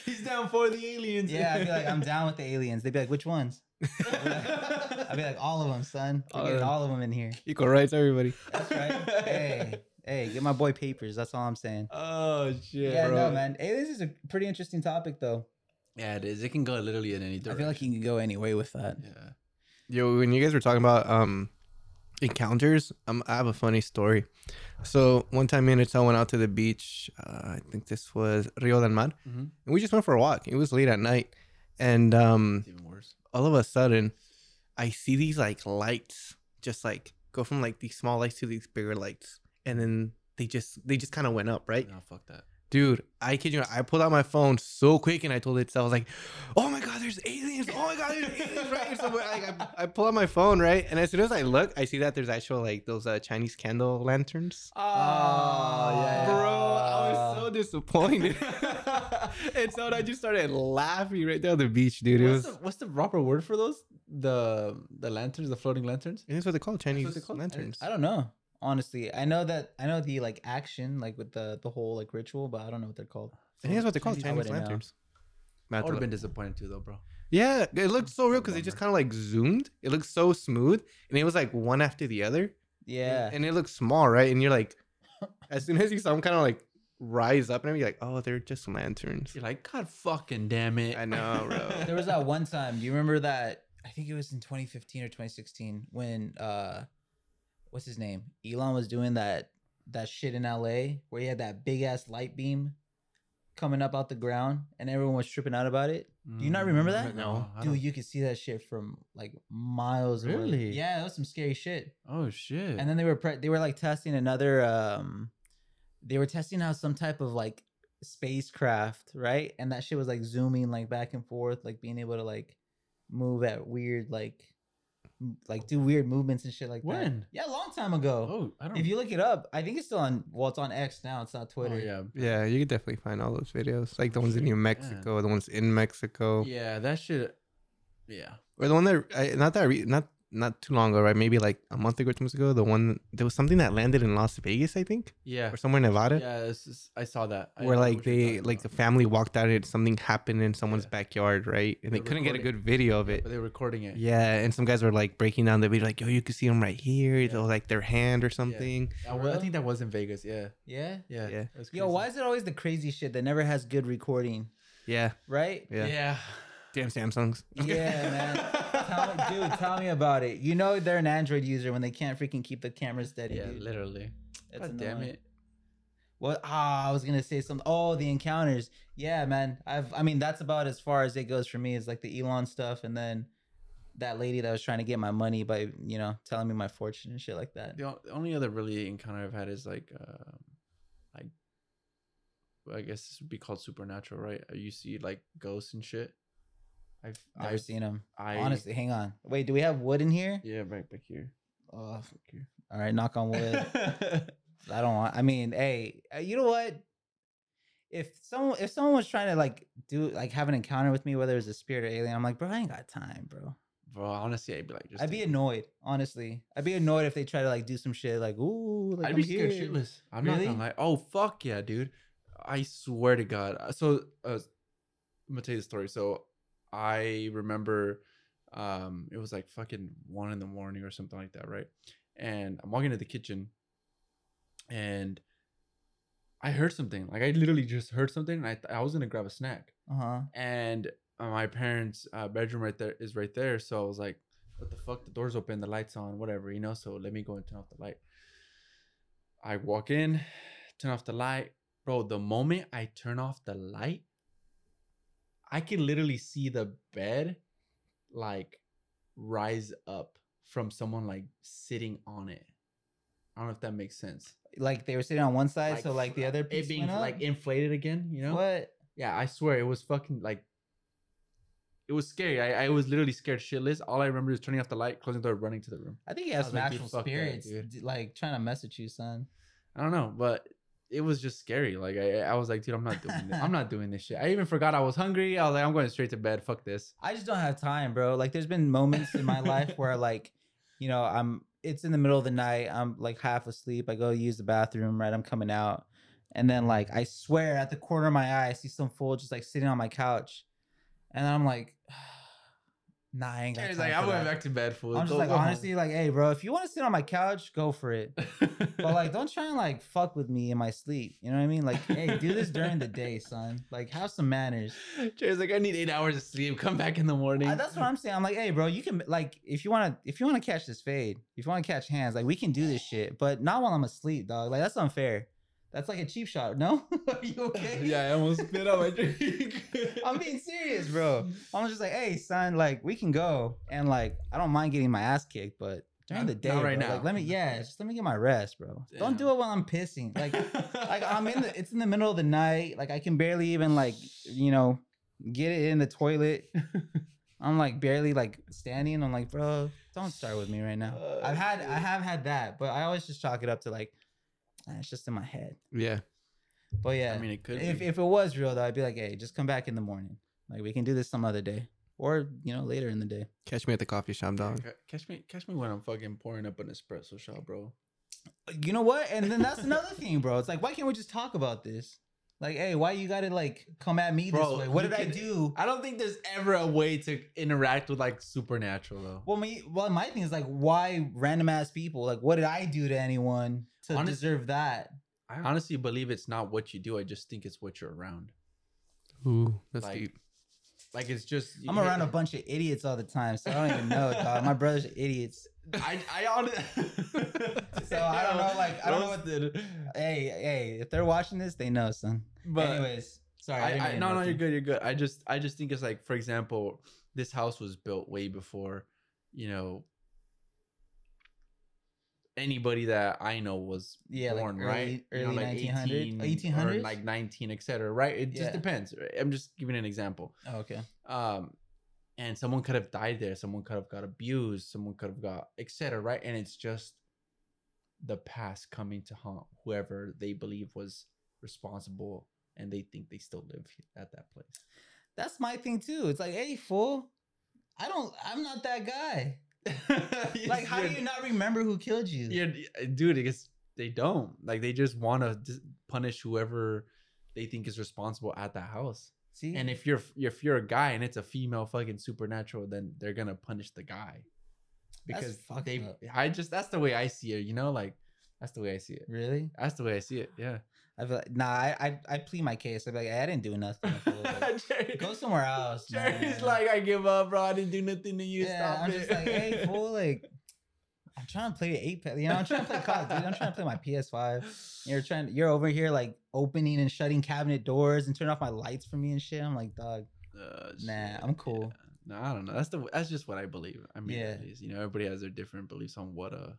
[SPEAKER 2] He's down for the aliens.
[SPEAKER 3] yeah, I'd be like I'm down with the aliens. They'd be like, which ones? I'd be like all of them, son. We're
[SPEAKER 1] All
[SPEAKER 3] getting
[SPEAKER 1] of 'em.
[SPEAKER 3] all of them in here.
[SPEAKER 1] Equal rights, everybody.
[SPEAKER 3] That's right. hey, hey, get my boy papers. That's all I'm saying.
[SPEAKER 2] Oh shit,
[SPEAKER 3] Yeah,
[SPEAKER 2] bro.
[SPEAKER 3] no, man. Aliens is a pretty interesting topic, though.
[SPEAKER 2] Yeah, it is. It can go literally in any
[SPEAKER 3] I
[SPEAKER 2] direction.
[SPEAKER 3] feel like you can go any way with that.
[SPEAKER 2] yeah.
[SPEAKER 1] Yo, when you guys were talking about um encounters, um, I have a funny story. So one time, me and Itzel went out to the beach. Uh, I think this was Rio del Mar,
[SPEAKER 3] Mm-hmm.
[SPEAKER 2] Mhm.
[SPEAKER 1] and we just went for a walk. It was late at night, and um,
[SPEAKER 2] It's even worse.
[SPEAKER 1] all of a sudden, I see these like lights, just like go from like these small lights to these bigger lights, and then they just they just kind of went up, right?
[SPEAKER 2] No, fuck that.
[SPEAKER 1] Dude, I kid you not. I pulled out my phone so quick and I told it, so I was like, oh my God, there's aliens. Oh my God, there's aliens right here somewhere. Like, I, I pull out my phone, right? And as soon as I look, I see that there's actual, like, those uh, Chinese candle lanterns.
[SPEAKER 3] Oh, yeah.
[SPEAKER 1] Bro, I was so disappointed. and so I just started laughing right there on the beach, dude. It
[SPEAKER 2] what's,
[SPEAKER 1] was.
[SPEAKER 2] the, what's the proper word for those? The the lanterns, the floating lanterns.
[SPEAKER 1] It is what they call Chinese
[SPEAKER 2] they're called? I-
[SPEAKER 1] lanterns.
[SPEAKER 3] I don't know. Honestly, I know that I know the like action, like with the the whole like ritual, but I don't know what they're called.
[SPEAKER 1] I think that's what they call
[SPEAKER 3] Chinese- I
[SPEAKER 1] Chinese
[SPEAKER 3] wouldn't know.
[SPEAKER 1] lanterns.
[SPEAKER 2] I
[SPEAKER 1] Matt
[SPEAKER 2] would have
[SPEAKER 1] Dillon.
[SPEAKER 2] been disappointed too, though, bro.
[SPEAKER 1] Yeah, it looked so real because they just
[SPEAKER 2] Bummer.
[SPEAKER 1] kind of like zoomed. It looked so smooth, and it was like one after the other.
[SPEAKER 3] Yeah.
[SPEAKER 1] and, and it looked small, right? And you're like, as soon as you saw them kind of like rise up, and you're like, oh, they're just lanterns.
[SPEAKER 2] You're like, God fucking damn it.
[SPEAKER 1] I know, bro.
[SPEAKER 3] there was that one time. Do you remember that? I think it was in 2015 or 2016 when uh, what's his name? Elon was doing that that shit in LA where he had that big ass light beam coming up out the ground, and everyone was tripping out about it. Do you not remember that?
[SPEAKER 2] No. Mm, I
[SPEAKER 3] Dude,
[SPEAKER 2] don't-
[SPEAKER 3] you could see that shit from like miles away.
[SPEAKER 2] Really?
[SPEAKER 3] Yeah, that was some scary shit.
[SPEAKER 2] Oh shit.
[SPEAKER 3] And then they were pre- they were like testing another um they were testing out some type of like spacecraft, right? And that shit was like zooming like back and forth, like being able to like move at weird like m- like do weird movements and shit like that.
[SPEAKER 2] When?
[SPEAKER 3] Yeah, a long time ago.
[SPEAKER 2] oh, I don't.
[SPEAKER 3] if you look it up, I think it's still on well, it's on X now, it's not Twitter.
[SPEAKER 2] Oh, yeah.
[SPEAKER 1] Yeah, you could definitely find all those videos, like the ones in
[SPEAKER 2] Shit,
[SPEAKER 1] New
[SPEAKER 2] yeah.
[SPEAKER 1] Mexico, the ones in Mexico,
[SPEAKER 2] Oh, Yeah, that shit. Yeah.
[SPEAKER 1] or the one that I, not that re- not not too long ago, right? Maybe like a month ago, or two months ago. The one there was something that landed in Las Vegas, I think,
[SPEAKER 2] Yeah.
[SPEAKER 1] or somewhere in Nevada,
[SPEAKER 2] Yeah. This is, I saw that. I
[SPEAKER 1] where
[SPEAKER 2] know
[SPEAKER 1] like
[SPEAKER 2] what you're
[SPEAKER 1] they
[SPEAKER 2] talking
[SPEAKER 1] like the
[SPEAKER 2] about.
[SPEAKER 1] family walked out and something happened in someone's
[SPEAKER 2] Yeah.
[SPEAKER 1] backyard, right? And they
[SPEAKER 2] They
[SPEAKER 1] couldn't get a
[SPEAKER 2] recorded-
[SPEAKER 1] good video of
[SPEAKER 2] Yeah,
[SPEAKER 1] it.
[SPEAKER 2] but they were recording it.
[SPEAKER 1] Yeah, and some guys were like breaking down the video, like, yo, you can see them right here, They'll, like their hand or something.
[SPEAKER 2] I, wa- I think that was in Vegas. Yeah.
[SPEAKER 3] Yeah.
[SPEAKER 1] Yeah.
[SPEAKER 2] Yeah. that was
[SPEAKER 3] Yo,
[SPEAKER 2] crazy.
[SPEAKER 3] why is it always the crazy shit that never has good recording,
[SPEAKER 1] Yeah,
[SPEAKER 3] right?
[SPEAKER 1] yeah.
[SPEAKER 2] Yeah.
[SPEAKER 1] Damn Samsungs.
[SPEAKER 3] Yeah, man. tell, dude, tell me about it. You know they're an Android user when they can't freaking keep the camera steady.
[SPEAKER 2] Yeah,
[SPEAKER 3] dude.
[SPEAKER 2] literally.
[SPEAKER 3] That's
[SPEAKER 2] God damn
[SPEAKER 3] annoying.
[SPEAKER 2] it.
[SPEAKER 3] What? Ah, I was gonna say something. Oh, the encounters. Yeah, man. I've. I mean, that's about as far as it goes for me. Is like the Elon stuff, and then that lady that was trying to get my money by you know telling me my fortune and shit like that.
[SPEAKER 2] The o- the only other really encounter I've had is like, um, like, well, I guess this would be called supernatural, right? Uh, You see like ghosts and shit. I've
[SPEAKER 3] Never
[SPEAKER 2] I've-
[SPEAKER 3] seen him.
[SPEAKER 2] I
[SPEAKER 3] Honestly, hang on. Wait, do we have wood in here?
[SPEAKER 2] Yeah, right back here.
[SPEAKER 3] Oh,
[SPEAKER 2] Fuck you.
[SPEAKER 3] all right. Knock on wood. I don't want. I mean, hey, uh, you know what? If someone if someone was trying to like do like have an encounter with me, whether it's a spirit or alien, I'm like, bro, I ain't got time, bro.
[SPEAKER 2] Bro, honestly, I'd be like, just
[SPEAKER 3] I'd be
[SPEAKER 2] take-
[SPEAKER 3] annoyed, honestly. I'd be annoyed if they try to like do some shit like, ooh, like
[SPEAKER 2] I'd
[SPEAKER 3] I'm
[SPEAKER 2] be scared
[SPEAKER 3] here."
[SPEAKER 2] shitless. I'm not
[SPEAKER 3] Really?
[SPEAKER 2] gonna lie. Oh fuck yeah, dude! I swear to God. Uh, So uh, I'm gonna tell you the story. So I remember um it was like fucking one in the morning or something like that, right? And I'm walking to the kitchen, and I heard something. Like I literally just heard something, and I th- I was gonna grab a snack,
[SPEAKER 3] Uh-huh.
[SPEAKER 2] and uh, my parents' uh, bedroom right there is right there. So I was like, "What the fuck? The door's open, the lights on, whatever, you know." So let me go and turn off the light. I walk in, turn off the light, bro. The moment I turn off the light, I can literally see the bed, like, rise up from someone like sitting on it. I don't know if that makes sense.
[SPEAKER 3] Like they were sitting on one side, so
[SPEAKER 2] f-
[SPEAKER 3] like the other piece
[SPEAKER 2] it being
[SPEAKER 3] went up?
[SPEAKER 2] like inflated again, you know?
[SPEAKER 3] What?
[SPEAKER 2] Yeah, I swear it was fucking like it was scary. I, I was literally scared shitless. All I remember is turning off the light, closing the door, running to the room.
[SPEAKER 3] I think you have
[SPEAKER 2] I was
[SPEAKER 3] some
[SPEAKER 2] like, dude,
[SPEAKER 3] actual
[SPEAKER 2] fuck that,
[SPEAKER 3] spirits
[SPEAKER 2] dude.
[SPEAKER 3] d- like trying to mess with you, son.
[SPEAKER 2] I don't know, but it was just scary. Like I, I was like, dude, I'm not doing this. I'm not doing this shit. I even forgot I was hungry. I was like, I'm going straight to bed. Fuck this.
[SPEAKER 3] I just don't have time, bro. Like there's been moments in my life where like, you know, I'm it's in the middle of the night, I'm like half asleep, I go use the bathroom, right? I'm coming out. And then like I swear at the corner of my eye, I see some fool just like sitting on my couch. And I'm like, nah, I ain't got
[SPEAKER 2] I
[SPEAKER 3] time.
[SPEAKER 2] was like,
[SPEAKER 3] for
[SPEAKER 2] I went
[SPEAKER 3] that."
[SPEAKER 2] back to bed. Fool.
[SPEAKER 3] I'm just
[SPEAKER 2] Go-
[SPEAKER 3] like,
[SPEAKER 2] go home.
[SPEAKER 3] honestly, like, hey, bro, if you want to sit on my couch, go for it. But like, don't try and like fuck with me in my sleep. You know what I mean? Like, hey, do this during the day, son. Like, have some manners.
[SPEAKER 2] Jerry's like, I need eight hours of sleep. Come back in the morning.
[SPEAKER 3] Uh, that's what I'm saying. I'm like, hey, bro, you can like if you want to if you want to catch this fade, if you want to catch hands, like we can do this shit, but not while I'm asleep, dog. Like that's unfair. That's like a cheap shot. No, are you okay?
[SPEAKER 2] yeah, I almost spit out my drink.
[SPEAKER 3] I'm being serious, bro. I'm just like, hey, son, like we can go, and like I don't mind getting my ass kicked, but during
[SPEAKER 2] Not-
[SPEAKER 3] the day,
[SPEAKER 2] not right
[SPEAKER 3] bro,
[SPEAKER 2] now.
[SPEAKER 3] like let me, yeah, just let me get my rest, bro. Don't do
[SPEAKER 2] Damn.
[SPEAKER 3] it while I'm pissing. Like, like I'm in the, it's in the middle of the night. Like I can barely even like, you know, get it in the toilet. I'm like barely like standing. I'm like, bro, don't start with me right now. I've had, I have had that, but I always just chalk it up to like, "Ah, it's just in my head.
[SPEAKER 1] Yeah.
[SPEAKER 3] But yeah,
[SPEAKER 2] I mean, it could.
[SPEAKER 3] if
[SPEAKER 2] be.
[SPEAKER 3] if it was real though, I'd be like, hey, just come back in the morning. Like we can do this some other day, or you know, later in the day.
[SPEAKER 1] Catch me at the coffee shop,
[SPEAKER 2] Yeah,
[SPEAKER 1] dog.
[SPEAKER 2] ca- Catch me, catch me when I'm fucking pouring up an espresso shot, bro.
[SPEAKER 3] You know what? And then that's another thing, bro. It's like, why can't we just talk about this? Like, hey, why you gotta like come at me
[SPEAKER 2] Bro,
[SPEAKER 3] this way? What
[SPEAKER 2] you
[SPEAKER 3] did I
[SPEAKER 2] can-
[SPEAKER 3] do?
[SPEAKER 2] I don't think there's ever a way to interact with like supernatural though.
[SPEAKER 3] Well, me, well, my thing is like, why random ass people? Like, what did I do to anyone to
[SPEAKER 2] Honest-
[SPEAKER 3] deserve that?
[SPEAKER 2] I honestly believe it's not what you do. I just think it's what you're around.
[SPEAKER 1] Ooh, that's
[SPEAKER 2] Like-
[SPEAKER 1] deep.
[SPEAKER 2] Like it's just
[SPEAKER 3] I'm around a bunch of idiots all the time, so I don't even know, dog. My brothers are idiots.
[SPEAKER 2] I I honestly.
[SPEAKER 3] So I don't know, like, I don't know what Hey, hey, if they're watching this, they know, son.
[SPEAKER 2] But
[SPEAKER 3] Anyways, sorry. didn't
[SPEAKER 2] I, I,
[SPEAKER 3] mean to
[SPEAKER 2] no, no,
[SPEAKER 3] interrupt
[SPEAKER 2] you're
[SPEAKER 3] you.
[SPEAKER 2] good. You're good. I just, I just think it's like, for example, this house was built way before, you know, anybody that I know was
[SPEAKER 3] Yeah, like
[SPEAKER 2] born,
[SPEAKER 3] early-
[SPEAKER 2] right? you know,
[SPEAKER 3] early Oh,
[SPEAKER 2] like
[SPEAKER 3] 1900s,
[SPEAKER 2] 18 or
[SPEAKER 3] 1800s?
[SPEAKER 2] like 19, et cetera, right? It
[SPEAKER 3] Yeah.
[SPEAKER 2] just depends. right? I'm just giving an example.
[SPEAKER 3] Oh, okay.
[SPEAKER 2] Um, and someone could have died there. Someone could have got abused. Someone could have got, et cetera, right? And it's just the past coming to haunt whoever they believe was responsible and they think they still live at that place.
[SPEAKER 3] That's my thing too. It's like, hey, fool. I don't. I'm not that guy. Like, how do you not remember who killed you?
[SPEAKER 2] you dude? It's they don't like they just want to dis- punish whoever they think is responsible at the house.
[SPEAKER 3] See,
[SPEAKER 2] And if you're if you're a guy and it's a female fucking supernatural, then they're gonna punish the guy
[SPEAKER 3] That's
[SPEAKER 2] because
[SPEAKER 3] fucked
[SPEAKER 2] they.
[SPEAKER 3] up.
[SPEAKER 2] I just that's the way I see it. You know, like that's the way I see it.
[SPEAKER 3] really,
[SPEAKER 2] That's the way I see it. Yeah.
[SPEAKER 3] I feel like, nah. I, I I plead my case. I'd be like, hey, I didn't do nothing. fool. Like,
[SPEAKER 2] Jerry-
[SPEAKER 3] Go somewhere else.
[SPEAKER 2] Jerry's
[SPEAKER 3] man.
[SPEAKER 2] like, I give up, bro. I didn't do nothing to you.
[SPEAKER 3] yeah.
[SPEAKER 2] Stop
[SPEAKER 3] I'm
[SPEAKER 2] it.
[SPEAKER 3] just like, hey, fool. Like, I'm trying to play Apex. You know, I'm trying to play Call of Duty. I'm trying to play my PS5. You're trying. You're over here like opening and shutting cabinet doors and turning off my lights for me and shit. I'm like, dog.
[SPEAKER 2] Uh,
[SPEAKER 3] Nah,
[SPEAKER 2] shit,
[SPEAKER 3] I'm cool.
[SPEAKER 2] yeah. No, I don't know. That's the that's just what I believe. I mean, at
[SPEAKER 3] Yeah.
[SPEAKER 2] least, you know, everybody has their different beliefs on what a.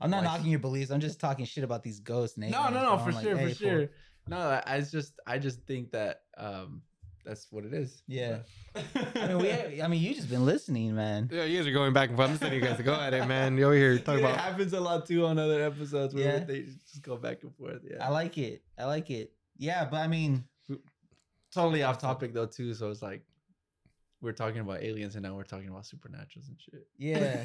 [SPEAKER 3] I'm not
[SPEAKER 2] Like-
[SPEAKER 3] knocking your beliefs. I'm just talking shit about these ghosts. And
[SPEAKER 2] No,
[SPEAKER 3] aliens,
[SPEAKER 2] no, no,
[SPEAKER 3] bro.
[SPEAKER 2] for
[SPEAKER 3] I'm like,
[SPEAKER 2] sure,
[SPEAKER 3] hey,
[SPEAKER 2] for
[SPEAKER 3] fool.
[SPEAKER 2] sure. No, I, I just I just think that um that's what it is.
[SPEAKER 3] Yeah. I
[SPEAKER 2] I
[SPEAKER 3] mean, we, I mean, you just been listening, man.
[SPEAKER 1] Yeah, you guys are going back and forth. I'm just letting you guys go at it, man. You're over here
[SPEAKER 2] Dude,
[SPEAKER 1] talking
[SPEAKER 2] it
[SPEAKER 1] about.
[SPEAKER 2] happens a lot too on other episodes
[SPEAKER 3] Yeah.
[SPEAKER 2] where they just go back and forth. Yeah.
[SPEAKER 3] I like it. I like it. Yeah, but I mean,
[SPEAKER 2] totally off topic though too, so it's like we're talking about aliens and now we're talking about supernaturals and shit.
[SPEAKER 3] yeah.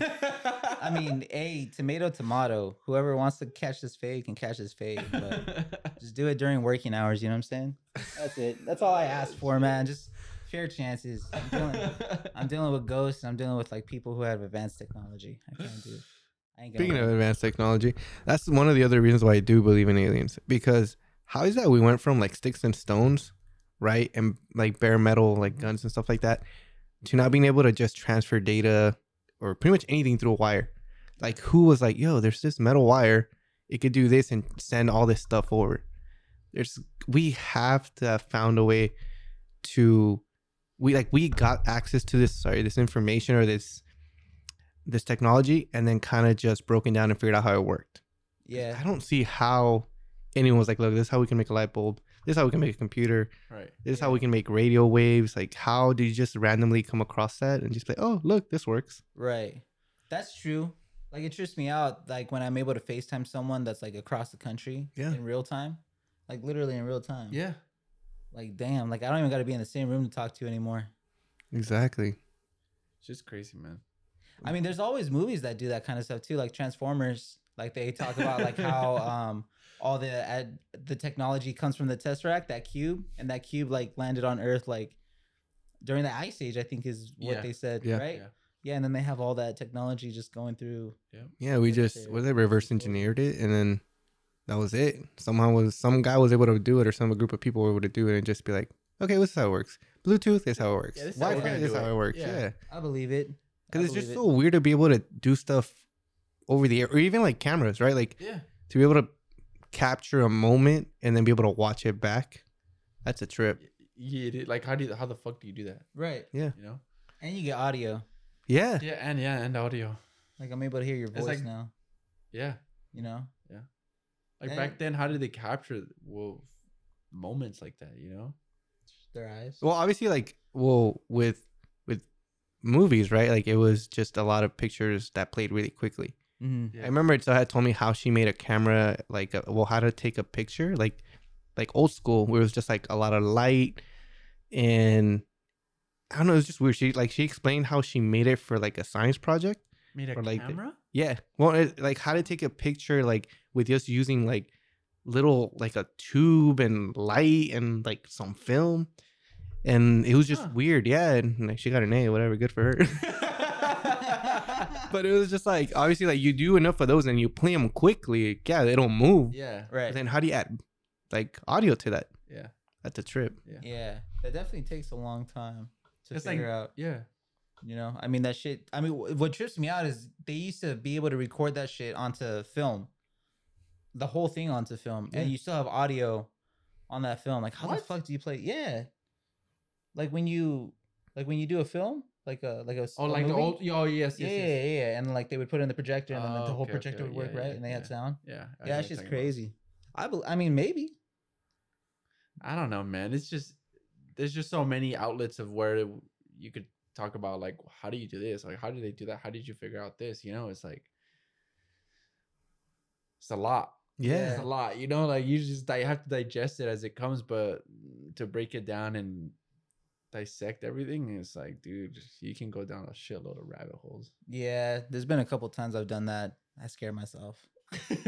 [SPEAKER 3] I mean, hey, tomato, tomato. Whoever wants to catch this fade can catch this fade, but just do it during working hours. You know what I'm saying? That's it. That's all I ask for, man. Just fair chances. I'm dealing, I'm dealing with ghosts. And I'm dealing with like people who have advanced technology. I can't do. I ain't gonna
[SPEAKER 1] Speaking
[SPEAKER 3] let
[SPEAKER 1] of advanced technology, that's one of the other reasons why I do believe in aliens. Because how is that we went from like sticks and stones, right, and like bare metal, like guns and stuff like that, to not being able to just transfer data or pretty much anything through a wire. Like who was like, yo, there's this metal wire, it could do this and send all this stuff over. There's we have to have found a way to we like we got access to this sorry this information or this this technology and then kind of just broken down and figured out how it worked.
[SPEAKER 3] Yeah.
[SPEAKER 1] I don't see how anyone was like, look, this is how we can make a light bulb. This is how we can make a computer.
[SPEAKER 2] right.
[SPEAKER 1] This is how we can make radio waves. Like, how do you just randomly come across that and just be like, oh, look, this works?
[SPEAKER 3] Right. That's true. Like it trips me out like when I'm able to FaceTime someone that's like across the country
[SPEAKER 1] Yeah.
[SPEAKER 3] in real time. Like literally in real time.
[SPEAKER 2] Yeah.
[SPEAKER 3] Like damn, like I don't even gotta be in the same room to talk to anymore.
[SPEAKER 1] Exactly.
[SPEAKER 2] It's just crazy, man.
[SPEAKER 3] I mean, there's always movies that do that kind of stuff too, like Transformers. Like they talk about like how um all the ad, the technology comes from the Tesseract, that cube, and that cube like landed on Earth like during the Ice Age, I think is what
[SPEAKER 2] Yeah.
[SPEAKER 3] they said,
[SPEAKER 1] Yeah.
[SPEAKER 3] right?
[SPEAKER 2] Yeah.
[SPEAKER 3] Yeah. and then they have all that technology just going through.
[SPEAKER 1] Yeah, we
[SPEAKER 3] Yeah,
[SPEAKER 1] just
[SPEAKER 3] sure.
[SPEAKER 1] was it reverse engineered it and then that was it. Somehow was some guy was able to do it or some group of people were able to do it and just be like, okay, this is how it works. Bluetooth is how it works.
[SPEAKER 2] Yeah, this is how we're
[SPEAKER 1] Wi-Fi
[SPEAKER 2] gonna
[SPEAKER 1] is
[SPEAKER 2] do
[SPEAKER 1] how
[SPEAKER 2] it.
[SPEAKER 1] it works.
[SPEAKER 2] Yeah.
[SPEAKER 1] yeah.
[SPEAKER 3] I believe it. I
[SPEAKER 1] Because it's just
[SPEAKER 3] believe it.
[SPEAKER 1] so weird to be able to do stuff over the air, or even like cameras, right? Like
[SPEAKER 2] Yeah.
[SPEAKER 1] to be able to capture a moment and then be able to watch it back. That's a trip.
[SPEAKER 2] Yeah, dude, like how do you, how the fuck do you do that?
[SPEAKER 3] Right.
[SPEAKER 2] You know?
[SPEAKER 3] And you get audio.
[SPEAKER 1] Yeah.
[SPEAKER 2] Yeah, and yeah, and audio.
[SPEAKER 3] Like I'm able to hear your
[SPEAKER 2] It's
[SPEAKER 3] voice
[SPEAKER 2] like-
[SPEAKER 3] now.
[SPEAKER 2] Yeah.
[SPEAKER 3] You know?
[SPEAKER 2] Like
[SPEAKER 3] And-
[SPEAKER 2] back then, how did they capture well moments like that? You know?
[SPEAKER 3] Their eyes.
[SPEAKER 1] Well, obviously, like well, with with movies, right? Like it was just a lot of pictures that played really quickly.
[SPEAKER 3] Mhm.
[SPEAKER 1] I remember it so had told me how she made a camera, like uh, well, how to take a picture, like like old school, where it was just like a lot of light and. I don't know. It's just weird. She like she explained how she made it for like a science project,
[SPEAKER 2] made a
[SPEAKER 1] or like the-
[SPEAKER 2] camera.
[SPEAKER 1] Yeah. Well, it, like how to take a picture like with just using like little like a tube and light and like some film. And it was just
[SPEAKER 2] Huh.
[SPEAKER 1] weird, yeah. And like she got an A, whatever, good for her. but it was just like obviously like you do enough of those and you play them quickly, yeah, they don't move.
[SPEAKER 2] yeah.
[SPEAKER 1] But
[SPEAKER 3] right.
[SPEAKER 1] then how do you add like audio to that?
[SPEAKER 2] Yeah.
[SPEAKER 1] That's a trip.
[SPEAKER 3] yeah, that definitely takes a long time to
[SPEAKER 2] It's like-
[SPEAKER 3] figure out.
[SPEAKER 2] Yeah.
[SPEAKER 3] You know, I mean that shit. I mean, wh- what trips me out is they used to be able to record that shit onto film, the whole thing onto film,
[SPEAKER 2] Yeah.
[SPEAKER 3] and you still have audio on that film. Like, how the
[SPEAKER 2] What?
[SPEAKER 3] fuck do you play? Yeah, like when you like when you do a film, like a like a s- a
[SPEAKER 2] Oh, like the
[SPEAKER 3] movie?
[SPEAKER 2] old. Oh, yes, yes,
[SPEAKER 3] Yeah,
[SPEAKER 2] yes.
[SPEAKER 3] yeah, yeah, and like they would put it in the projector, and then like,
[SPEAKER 2] Oh,
[SPEAKER 3] the whole
[SPEAKER 2] okay, okay,
[SPEAKER 3] projector would
[SPEAKER 2] yeah,
[SPEAKER 3] work,
[SPEAKER 2] yeah,
[SPEAKER 3] right? and they had
[SPEAKER 2] yeah.
[SPEAKER 3] sound.
[SPEAKER 2] Yeah, I know
[SPEAKER 3] Yeah,
[SPEAKER 2] what
[SPEAKER 3] that's
[SPEAKER 2] you're
[SPEAKER 3] just
[SPEAKER 2] talking about.
[SPEAKER 3] crazy. I bel I mean, maybe.
[SPEAKER 2] I don't know, man. It's just there's just so many outlets of where w- you could talk about like how do you do this? Like how did they do that? How did you figure out this? You know, it's like it's a lot.
[SPEAKER 1] Yeah.
[SPEAKER 2] It's a lot. You know, like you just I have to digest it as it comes, but to break it down and dissect everything, it's like, dude, you can go down a shitload of rabbit holes.
[SPEAKER 3] Yeah, there's been a couple times I've done that. I scare myself.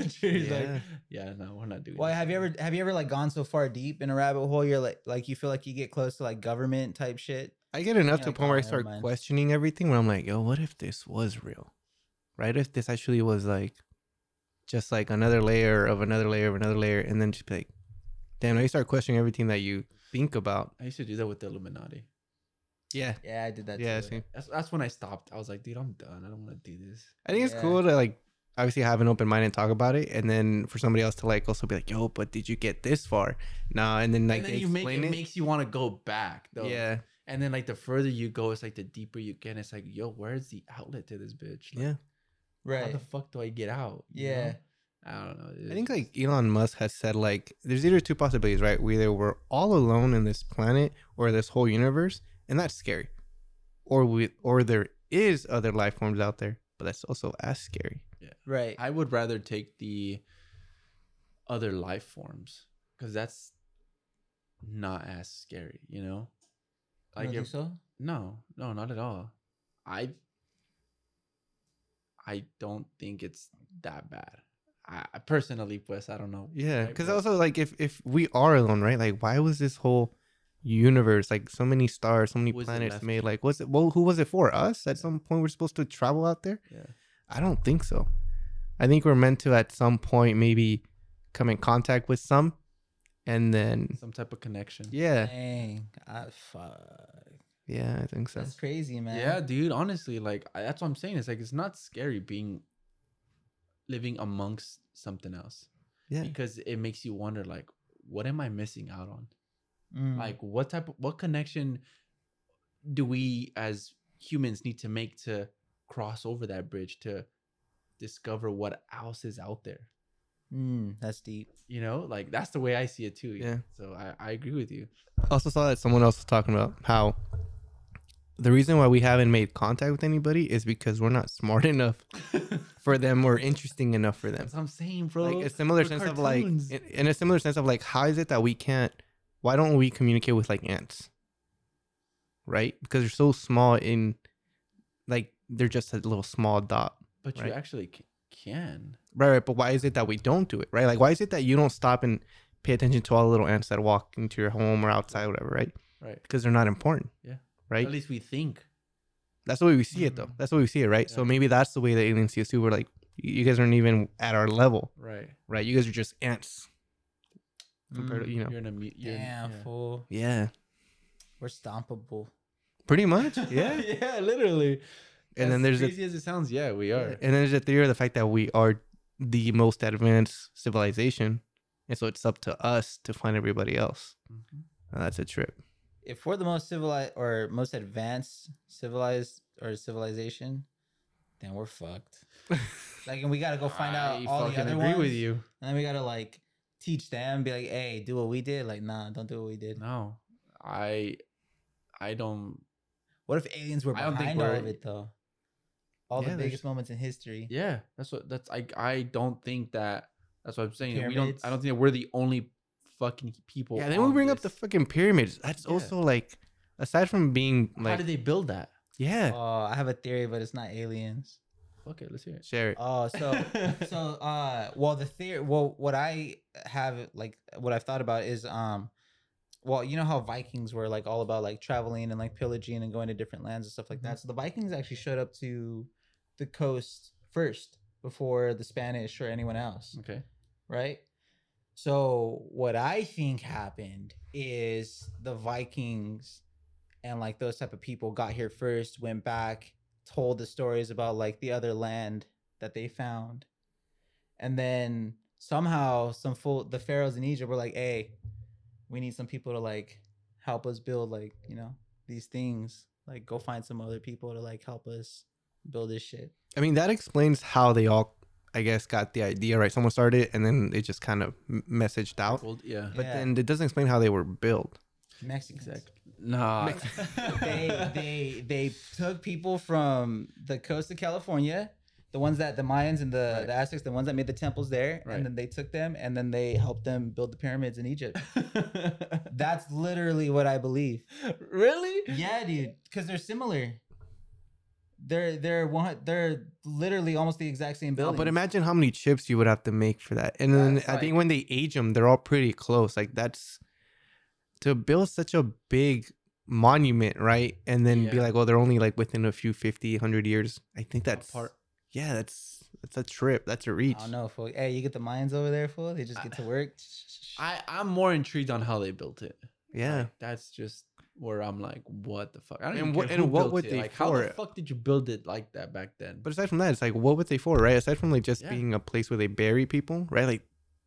[SPEAKER 2] Jerry's
[SPEAKER 1] Yeah.
[SPEAKER 2] like, yeah, no, we're not doing.
[SPEAKER 3] Well,
[SPEAKER 2] this
[SPEAKER 3] have you
[SPEAKER 2] right
[SPEAKER 3] ever have you ever like gone so far deep in a rabbit hole you're like like you feel like you get close to like government type shit?
[SPEAKER 1] I get enough
[SPEAKER 3] Yeah,
[SPEAKER 1] to a
[SPEAKER 3] like,
[SPEAKER 1] point where
[SPEAKER 3] oh,
[SPEAKER 1] I
[SPEAKER 3] never
[SPEAKER 1] start
[SPEAKER 3] mind.
[SPEAKER 1] questioning everything where I'm like, yo, what if this was real? Right? If this actually was like just like another layer of another layer of another layer, and then just be like, damn, now you start questioning everything that you think about.
[SPEAKER 2] now." I used to do that with the Illuminati.
[SPEAKER 1] Yeah.
[SPEAKER 3] Yeah, I did that.
[SPEAKER 1] Yeah,
[SPEAKER 3] too.
[SPEAKER 1] same.
[SPEAKER 2] That's that's when I stopped. I was like, dude, I'm done. I don't want to do this.
[SPEAKER 1] I think
[SPEAKER 3] Yeah.
[SPEAKER 1] it's cool to like obviously have an open mind and talk about it, and then for somebody else to like also be like, yo, but did you get this far? Nah, and then like
[SPEAKER 2] and then
[SPEAKER 1] they
[SPEAKER 2] you make
[SPEAKER 1] explain
[SPEAKER 2] it,
[SPEAKER 1] it.
[SPEAKER 2] makes you want to go back though.
[SPEAKER 1] yeah,
[SPEAKER 2] And then like the further you go, it's like the deeper you get. It's like, yo, where's the outlet to this bitch? Like,
[SPEAKER 1] yeah.
[SPEAKER 2] How
[SPEAKER 3] Right.
[SPEAKER 2] the fuck do I get out? you know?
[SPEAKER 3] yeah.
[SPEAKER 2] I don't know.
[SPEAKER 1] I
[SPEAKER 2] it's
[SPEAKER 1] think
[SPEAKER 2] just-
[SPEAKER 1] like Elon Musk has said like there's either two possibilities, right? We either we're all alone in this planet or this whole universe, and that's scary. Or we or there is other life forms out there, but that's also as scary.
[SPEAKER 3] Right.
[SPEAKER 2] I would rather take the other life forms because that's not as scary, you know.
[SPEAKER 3] I
[SPEAKER 2] Like
[SPEAKER 3] think
[SPEAKER 2] if,
[SPEAKER 3] so.
[SPEAKER 2] no, no, not at all. I I don't think it's that bad. I, I personally, pues, I don't know.
[SPEAKER 1] Yeah,
[SPEAKER 2] right,
[SPEAKER 1] because
[SPEAKER 2] but-
[SPEAKER 1] also like if if we are alone, right? Like why was this whole universe like so many stars, so many
[SPEAKER 2] Was it
[SPEAKER 1] planets
[SPEAKER 2] left?
[SPEAKER 1] made? Like was it well who was it for us? At some point we're supposed to travel out there.
[SPEAKER 2] yeah.
[SPEAKER 1] I don't think so. I think we're meant to at some point maybe come in contact with some, and then
[SPEAKER 2] some type of connection.
[SPEAKER 1] yeah.
[SPEAKER 3] Dang. I, fuck.
[SPEAKER 1] Yeah, I think so.
[SPEAKER 3] That's crazy, man.
[SPEAKER 2] Yeah, dude. Honestly, like I, that's what I'm saying. It's like it's not scary being living amongst something else
[SPEAKER 1] Yeah.
[SPEAKER 2] because it makes you wonder, like, what am I missing out on?
[SPEAKER 3] Mm.
[SPEAKER 2] Like, what type, of, what connection do we as humans need to make to cross over that bridge to discover what else is out there?
[SPEAKER 3] Mm, that's deep.
[SPEAKER 2] You know, like that's the way I see it too.
[SPEAKER 1] Yeah.
[SPEAKER 2] So I, I agree with you.
[SPEAKER 1] Also saw that someone else was talking about how the reason why we haven't made contact with anybody is because we're not smart enough for them or interesting enough for them.
[SPEAKER 2] That's what I'm saying, bro.
[SPEAKER 1] Like a similar
[SPEAKER 2] We're
[SPEAKER 1] sense of like
[SPEAKER 2] cartoons.
[SPEAKER 1] in, in a similar sense of like how is it that we can't why don't we communicate with like ants? Right? Because they're so small in like they're just a little small dot.
[SPEAKER 2] but you
[SPEAKER 1] right.
[SPEAKER 2] actually c- can.
[SPEAKER 1] Right, right, but why is it that we don't do it? Right? Like why is it that you don't stop and pay attention to all the little ants that walk into your home or outside, whatever, right?
[SPEAKER 2] Right.
[SPEAKER 1] because they're not important.
[SPEAKER 2] Yeah.
[SPEAKER 1] Right.
[SPEAKER 2] At least we think.
[SPEAKER 1] that's the way we see it, though.
[SPEAKER 2] Mhm.
[SPEAKER 1] That's the way we see it, right? So
[SPEAKER 2] Yeah.
[SPEAKER 1] maybe that's the way the aliens see us too. We're like, you you guys aren't even at our level,
[SPEAKER 2] Right.
[SPEAKER 1] right? You guys are just ants compared to
[SPEAKER 3] Mm,
[SPEAKER 1] you know.
[SPEAKER 2] You're in a mute. You're
[SPEAKER 3] Damn,
[SPEAKER 2] in, yeah.
[SPEAKER 3] fool.
[SPEAKER 1] Yeah.
[SPEAKER 3] We're stompable.
[SPEAKER 1] Pretty much. Yeah.
[SPEAKER 2] yeah, literally.
[SPEAKER 1] and then
[SPEAKER 2] As
[SPEAKER 1] there's a,
[SPEAKER 2] crazy as it sounds. Yeah, we are.
[SPEAKER 1] and then there's a theory of the fact that we are the most advanced civilization, and so it's up to us to find everybody else.
[SPEAKER 2] Mhm.
[SPEAKER 1] Uh, that's a trip.
[SPEAKER 3] If we're the most civilized or most advanced civilized or civilization, then we're fucked. Like, and we gotta go find out
[SPEAKER 2] I
[SPEAKER 3] all the
[SPEAKER 2] fucking
[SPEAKER 3] other
[SPEAKER 2] agree with
[SPEAKER 3] ones.
[SPEAKER 2] you.
[SPEAKER 3] And then we gotta like teach them, be like, hey, do what we did. Like, nah, don't do what we did.
[SPEAKER 2] No, I, I don't.
[SPEAKER 3] What if aliens were
[SPEAKER 2] I don't
[SPEAKER 3] behind
[SPEAKER 2] think
[SPEAKER 3] all
[SPEAKER 2] we're-
[SPEAKER 3] of it though? All
[SPEAKER 1] Yeah,
[SPEAKER 3] the
[SPEAKER 1] there's-
[SPEAKER 3] biggest moments in history.
[SPEAKER 2] Yeah, that's what. That's I. I don't think that. That's what I'm saying. We don't.
[SPEAKER 3] Pyramids.
[SPEAKER 2] I don't think that we're the only fucking people.
[SPEAKER 1] yeah. Then we
[SPEAKER 2] on
[SPEAKER 1] bring up the
[SPEAKER 2] this.
[SPEAKER 1] fucking pyramids. That's
[SPEAKER 2] Yeah.
[SPEAKER 1] also like, aside from being
[SPEAKER 2] How
[SPEAKER 1] like,
[SPEAKER 2] did they build that?
[SPEAKER 1] yeah,
[SPEAKER 3] Oh, I have a theory, but it's not aliens.
[SPEAKER 2] Fuck it, let's hear it.
[SPEAKER 1] Share it.
[SPEAKER 3] Oh, so so uh well the theory well what i have like what i've thought about is um well you know how vikings were like all about like traveling and like pillaging and going to different lands and stuff like
[SPEAKER 2] Mm-hmm.
[SPEAKER 3] that so the vikings actually showed up to the coast first before the spanish or anyone else
[SPEAKER 2] Okay.
[SPEAKER 3] right so what i think happened is the vikings and like those type of people got here first went back told the stories about like the other land that they found and then somehow some full the pharaohs in egypt were like hey we need some people to like help us build like you know these things like go find some other people to like help us build this shit
[SPEAKER 1] I mean, that explains how they all, I guess, got the idea, right? Someone started it and then they just kind of m- messaged out.
[SPEAKER 2] Well, yeah.
[SPEAKER 1] But
[SPEAKER 3] Yeah.
[SPEAKER 1] then it doesn't explain how they were built.
[SPEAKER 3] mexicans
[SPEAKER 2] Exactly. Nah.
[SPEAKER 3] they they they took people from the coast of California, the ones that the Mayans and the,
[SPEAKER 2] Right.
[SPEAKER 3] the Aztecs, the ones that made the temples there,
[SPEAKER 2] Right.
[SPEAKER 3] and then they took them and then they helped them build the pyramids in Egypt. That's literally what I believe.
[SPEAKER 2] really?
[SPEAKER 3] Yeah, dude, because they're similar. They're they're one they're literally almost the exact same
[SPEAKER 1] No,
[SPEAKER 3] building.
[SPEAKER 1] but imagine how many chips you would have to make for that. And then
[SPEAKER 2] That's
[SPEAKER 1] I think
[SPEAKER 2] like-
[SPEAKER 1] when they age them, they're all pretty close. Like that's to build such a big monument, right? And then be
[SPEAKER 2] Yeah.
[SPEAKER 1] like, well, they're only like within a few 50, 100 years. I think that's
[SPEAKER 2] Apart.
[SPEAKER 1] yeah, that's that's a trip. That's a reach.
[SPEAKER 3] I don't know, fool. Hey, you get the Mayans over there, fool. They just
[SPEAKER 2] I-
[SPEAKER 3] get to work.
[SPEAKER 2] I I'm more intrigued on how they built it.
[SPEAKER 1] Yeah.
[SPEAKER 2] Like, that's just where I'm like, what the fuck? I don't
[SPEAKER 1] And
[SPEAKER 2] even
[SPEAKER 1] what-
[SPEAKER 2] care
[SPEAKER 1] and
[SPEAKER 2] who
[SPEAKER 1] what
[SPEAKER 2] built
[SPEAKER 1] would
[SPEAKER 2] it.
[SPEAKER 1] they
[SPEAKER 2] like? How the
[SPEAKER 1] for-
[SPEAKER 2] fuck did you build it like that back then?
[SPEAKER 1] But aside from that, it's like, what were they for, right? Aside from like just
[SPEAKER 2] Yeah.
[SPEAKER 1] being a place where they bury people, right? Like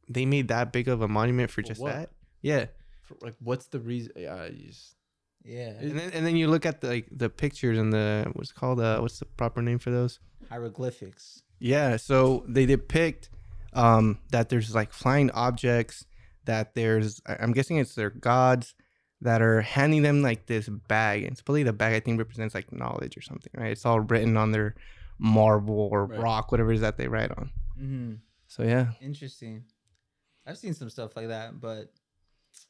[SPEAKER 1] they made that big of a monument for
[SPEAKER 2] For
[SPEAKER 1] just
[SPEAKER 2] what?
[SPEAKER 1] that. Yeah.
[SPEAKER 2] For, like, what's the reason? Yeah, you just,
[SPEAKER 3] Yeah,
[SPEAKER 1] And then and then you look at the like the pictures and the what's it called uh what's the proper name for those?
[SPEAKER 3] hieroglyphics.
[SPEAKER 1] Yeah, so they depict um, that there's like flying objects, that there's, I- I'm guessing it's their gods that are handing them like this bag. And supposedly the bag, I think, represents like knowledge or something, right? It's all written on their marble or
[SPEAKER 2] Right.
[SPEAKER 1] rock, whatever it is that they write on.
[SPEAKER 3] hmm
[SPEAKER 1] So, yeah.
[SPEAKER 3] Interesting. I've seen some stuff like that, but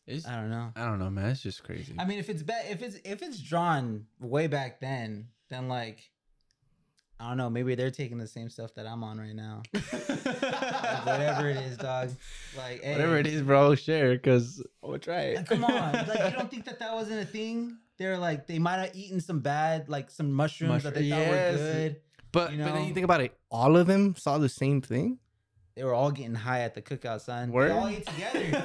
[SPEAKER 2] it's,
[SPEAKER 3] I don't know.
[SPEAKER 2] I don't know, man. It's just crazy.
[SPEAKER 3] I mean, if it's be- if it's if it's drawn way back then, then like I don't know, maybe they're taking the same stuff that I'm on right now. Like, whatever it is, dog. Like hey,
[SPEAKER 2] Whatever it is, bro, share because I'll try it.
[SPEAKER 3] Come on, like you don't think that that wasn't a thing? They're like they might have eaten some bad like some mushrooms that they thought
[SPEAKER 2] Mushroom- yes.
[SPEAKER 3] were good.
[SPEAKER 1] But,
[SPEAKER 3] You
[SPEAKER 1] but then you
[SPEAKER 3] know-
[SPEAKER 1] think about it, all of them saw the same thing.
[SPEAKER 3] They were all getting high at the cookout, son.
[SPEAKER 1] Word?
[SPEAKER 3] They all ate together.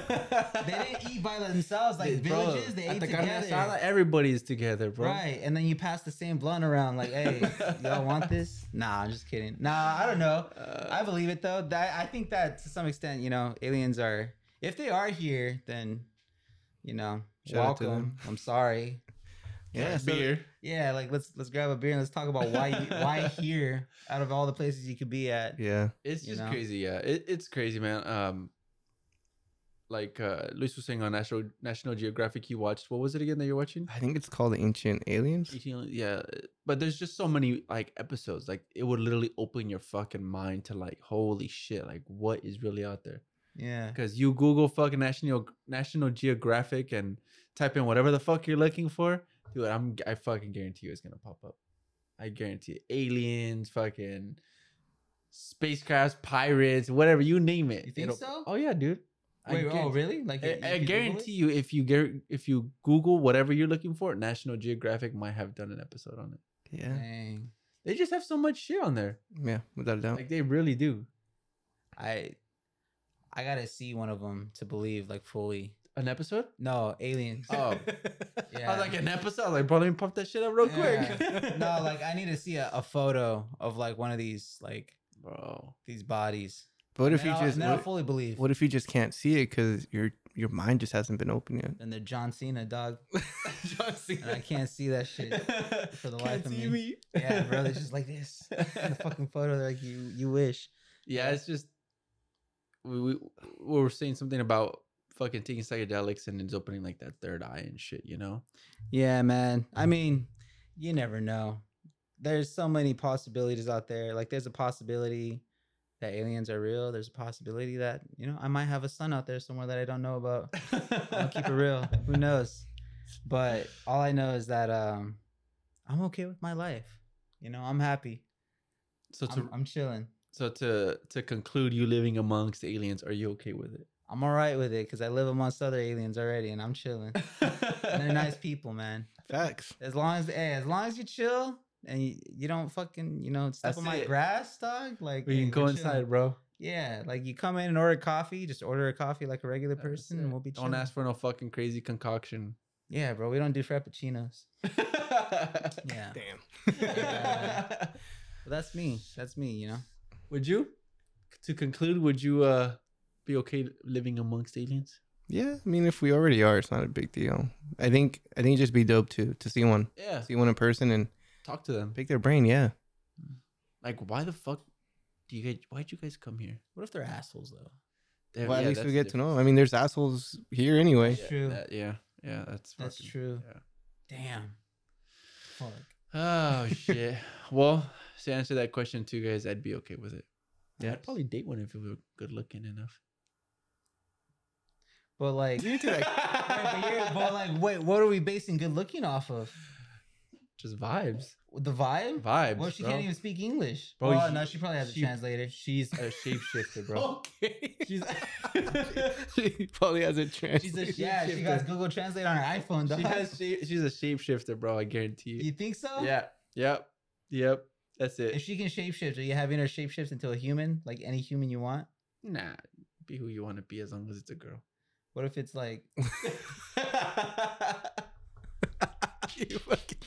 [SPEAKER 3] they didn't eat by themselves like
[SPEAKER 2] Bro,
[SPEAKER 3] villages. They
[SPEAKER 2] at
[SPEAKER 3] ate
[SPEAKER 2] the carne
[SPEAKER 3] together.
[SPEAKER 2] asada, everybody's together, bro.
[SPEAKER 3] Right, and then you pass the same blunt around, like, "Hey, y'all want this?" Nah, I'm just kidding. Nah, I don't know.
[SPEAKER 2] Uh,
[SPEAKER 3] I believe it though. That I think that to some extent, you know, aliens are. If they are here, then, you know,
[SPEAKER 1] Shout out to
[SPEAKER 3] welcome. I'm sorry.
[SPEAKER 1] Yeah. so-
[SPEAKER 2] beer.
[SPEAKER 3] Yeah, like let's let's grab a beer and let's talk about why you, why here out of all the places you could be at.
[SPEAKER 1] yeah.
[SPEAKER 2] It's
[SPEAKER 3] you
[SPEAKER 2] just
[SPEAKER 3] know?
[SPEAKER 2] crazy, yeah. It, it's crazy, man. Um, like uh, Luis was saying on National National Geographic, he watched. What was it again that you're watching?
[SPEAKER 1] I think it's called Ancient Aliens.
[SPEAKER 2] Eighteen- Yeah, but there's just so many like episodes. Like it would literally open your fucking mind to like, holy shit, like what is really out there?
[SPEAKER 3] Yeah.
[SPEAKER 2] Because you Google fucking National National Geographic and type in whatever the fuck you're looking for, dude. I'm I fucking guarantee you it's gonna pop up. I guarantee it. aliens, fucking spacecrafts, pirates, whatever you name it.
[SPEAKER 3] You think
[SPEAKER 2] it'll-
[SPEAKER 3] so?
[SPEAKER 2] Oh yeah, dude.
[SPEAKER 3] Wait,
[SPEAKER 2] I
[SPEAKER 3] oh
[SPEAKER 2] guarantee,
[SPEAKER 3] really? Like you- you
[SPEAKER 2] I, I
[SPEAKER 3] can Google it?
[SPEAKER 2] guarantee you, if you gar- if you Google whatever you're looking for, National Geographic might have done an episode on it.
[SPEAKER 1] Yeah.
[SPEAKER 3] Dang.
[SPEAKER 2] They just have so much shit on there.
[SPEAKER 1] Yeah, without a doubt.
[SPEAKER 2] Like they really do.
[SPEAKER 3] I I gotta see one of them to believe like fully.
[SPEAKER 2] An episode?
[SPEAKER 3] No, aliens.
[SPEAKER 2] Oh. I
[SPEAKER 3] Yeah.
[SPEAKER 2] was like an episode. I was like, bro, let me pump that shit up real
[SPEAKER 3] Yeah.
[SPEAKER 2] quick.
[SPEAKER 3] no, like I need to see a, a photo of like one of these like
[SPEAKER 2] bro.
[SPEAKER 3] these bodies.
[SPEAKER 1] But what if
[SPEAKER 3] And
[SPEAKER 1] you
[SPEAKER 3] then I'll-
[SPEAKER 1] just,
[SPEAKER 3] and then I'll
[SPEAKER 1] what-
[SPEAKER 3] fully believe?
[SPEAKER 1] what if you just can't see it because your, your mind just hasn't been open yet?
[SPEAKER 3] and they're John Cena, dog.
[SPEAKER 2] John
[SPEAKER 3] And I
[SPEAKER 2] Cena.
[SPEAKER 3] can't see that shit for the life
[SPEAKER 2] Can't
[SPEAKER 3] of
[SPEAKER 2] see
[SPEAKER 3] me.
[SPEAKER 2] me.
[SPEAKER 3] Yeah, bro, they're just like this. In the fucking photo, they're like you, you wish.
[SPEAKER 2] Yeah, it's just we, we we were saying something about fucking taking psychedelics and it's opening like that third eye and shit, you know?
[SPEAKER 3] Yeah, man. I mean, you never know. There's so many possibilities out there. Like, there's a possibility that aliens are real. There's a possibility that you know I might have a son out there somewhere that I don't know about. I'll keep it real. Who knows? But all I know is that um, I'm okay with my life. You know, I'm happy.
[SPEAKER 2] So to
[SPEAKER 3] I'm, I'm chilling.
[SPEAKER 2] so to to conclude, you living amongst aliens, are you okay with it?
[SPEAKER 3] I'm all right with it because I live amongst other aliens already, and I'm chilling. And they're nice people, man.
[SPEAKER 1] Facts.
[SPEAKER 3] As long as hey, as long as you chill and you, you don't fucking you know step
[SPEAKER 2] That's
[SPEAKER 3] on my
[SPEAKER 2] it.
[SPEAKER 3] grass, dog. Like
[SPEAKER 2] We
[SPEAKER 3] hey,
[SPEAKER 2] can go
[SPEAKER 3] we're chilling.
[SPEAKER 2] inside, bro.
[SPEAKER 3] Yeah, like you come in and order coffee, just order a coffee like a regular
[SPEAKER 2] That's
[SPEAKER 3] person,
[SPEAKER 2] it.
[SPEAKER 3] and we'll be chilling.
[SPEAKER 2] Don't ask for no fucking crazy concoction.
[SPEAKER 3] Yeah, bro, we don't do frappuccinos. Yeah,
[SPEAKER 1] Damn.
[SPEAKER 3] Yeah. Well, that's me. That's me. You know,
[SPEAKER 2] would you? To conclude, would you uh be okay living amongst aliens?
[SPEAKER 1] Yeah, I mean, if we already are, it's not a big deal. I think I think it'd just be dope to to see one,
[SPEAKER 2] Yeah.
[SPEAKER 1] see one in person, and
[SPEAKER 2] Talk to them.
[SPEAKER 1] pick their brain. Yeah,
[SPEAKER 2] Like, why the fuck do you guys? Why'd you guys come here?
[SPEAKER 3] what if they're assholes though?
[SPEAKER 2] There-
[SPEAKER 1] well, at
[SPEAKER 2] yeah,
[SPEAKER 1] least we
[SPEAKER 2] that's
[SPEAKER 1] get to
[SPEAKER 2] different.
[SPEAKER 1] know. 'em. I mean, there's assholes here anyway.
[SPEAKER 3] That's
[SPEAKER 2] Yeah,
[SPEAKER 3] true.
[SPEAKER 2] that- yeah, yeah, that's
[SPEAKER 3] That's
[SPEAKER 2] fucking-
[SPEAKER 3] true.
[SPEAKER 2] yeah.
[SPEAKER 3] Damn. Fuck.
[SPEAKER 2] Oh shit. Well, to answer that question too, guys, I'd be okay with it. Yeah, I'd probably date one if it were good looking enough.
[SPEAKER 3] But like,
[SPEAKER 1] You
[SPEAKER 3] wait,
[SPEAKER 1] need to, like,
[SPEAKER 3] but, you're- but, like, wait, what are we basing good looking off of?
[SPEAKER 2] Just vibes,
[SPEAKER 3] The vibe?
[SPEAKER 2] vibes.
[SPEAKER 3] Well, she
[SPEAKER 2] bro.
[SPEAKER 3] can't even speak English.
[SPEAKER 2] Bro,
[SPEAKER 3] Oh well,
[SPEAKER 2] she-
[SPEAKER 3] no, she probably has
[SPEAKER 2] she-
[SPEAKER 3] a translator.
[SPEAKER 2] She's a shapeshifter, bro.
[SPEAKER 3] Okay.
[SPEAKER 2] She's
[SPEAKER 1] she probably has a chance.
[SPEAKER 3] She's a yeah. She got
[SPEAKER 2] shapeshifter.
[SPEAKER 3] Google Translate on her iPhone. Dog.
[SPEAKER 2] she has shape, she's a shapeshifter, bro. I guarantee you.
[SPEAKER 3] you think so?
[SPEAKER 2] Yeah. Yep. Yep. That's
[SPEAKER 3] If
[SPEAKER 2] it.
[SPEAKER 3] she can shapeshift, are you having her shapeshift into a human, like any human you want?
[SPEAKER 2] Nah, be who you want to be as long as it's a girl.
[SPEAKER 3] What if it's like
[SPEAKER 2] You fucking-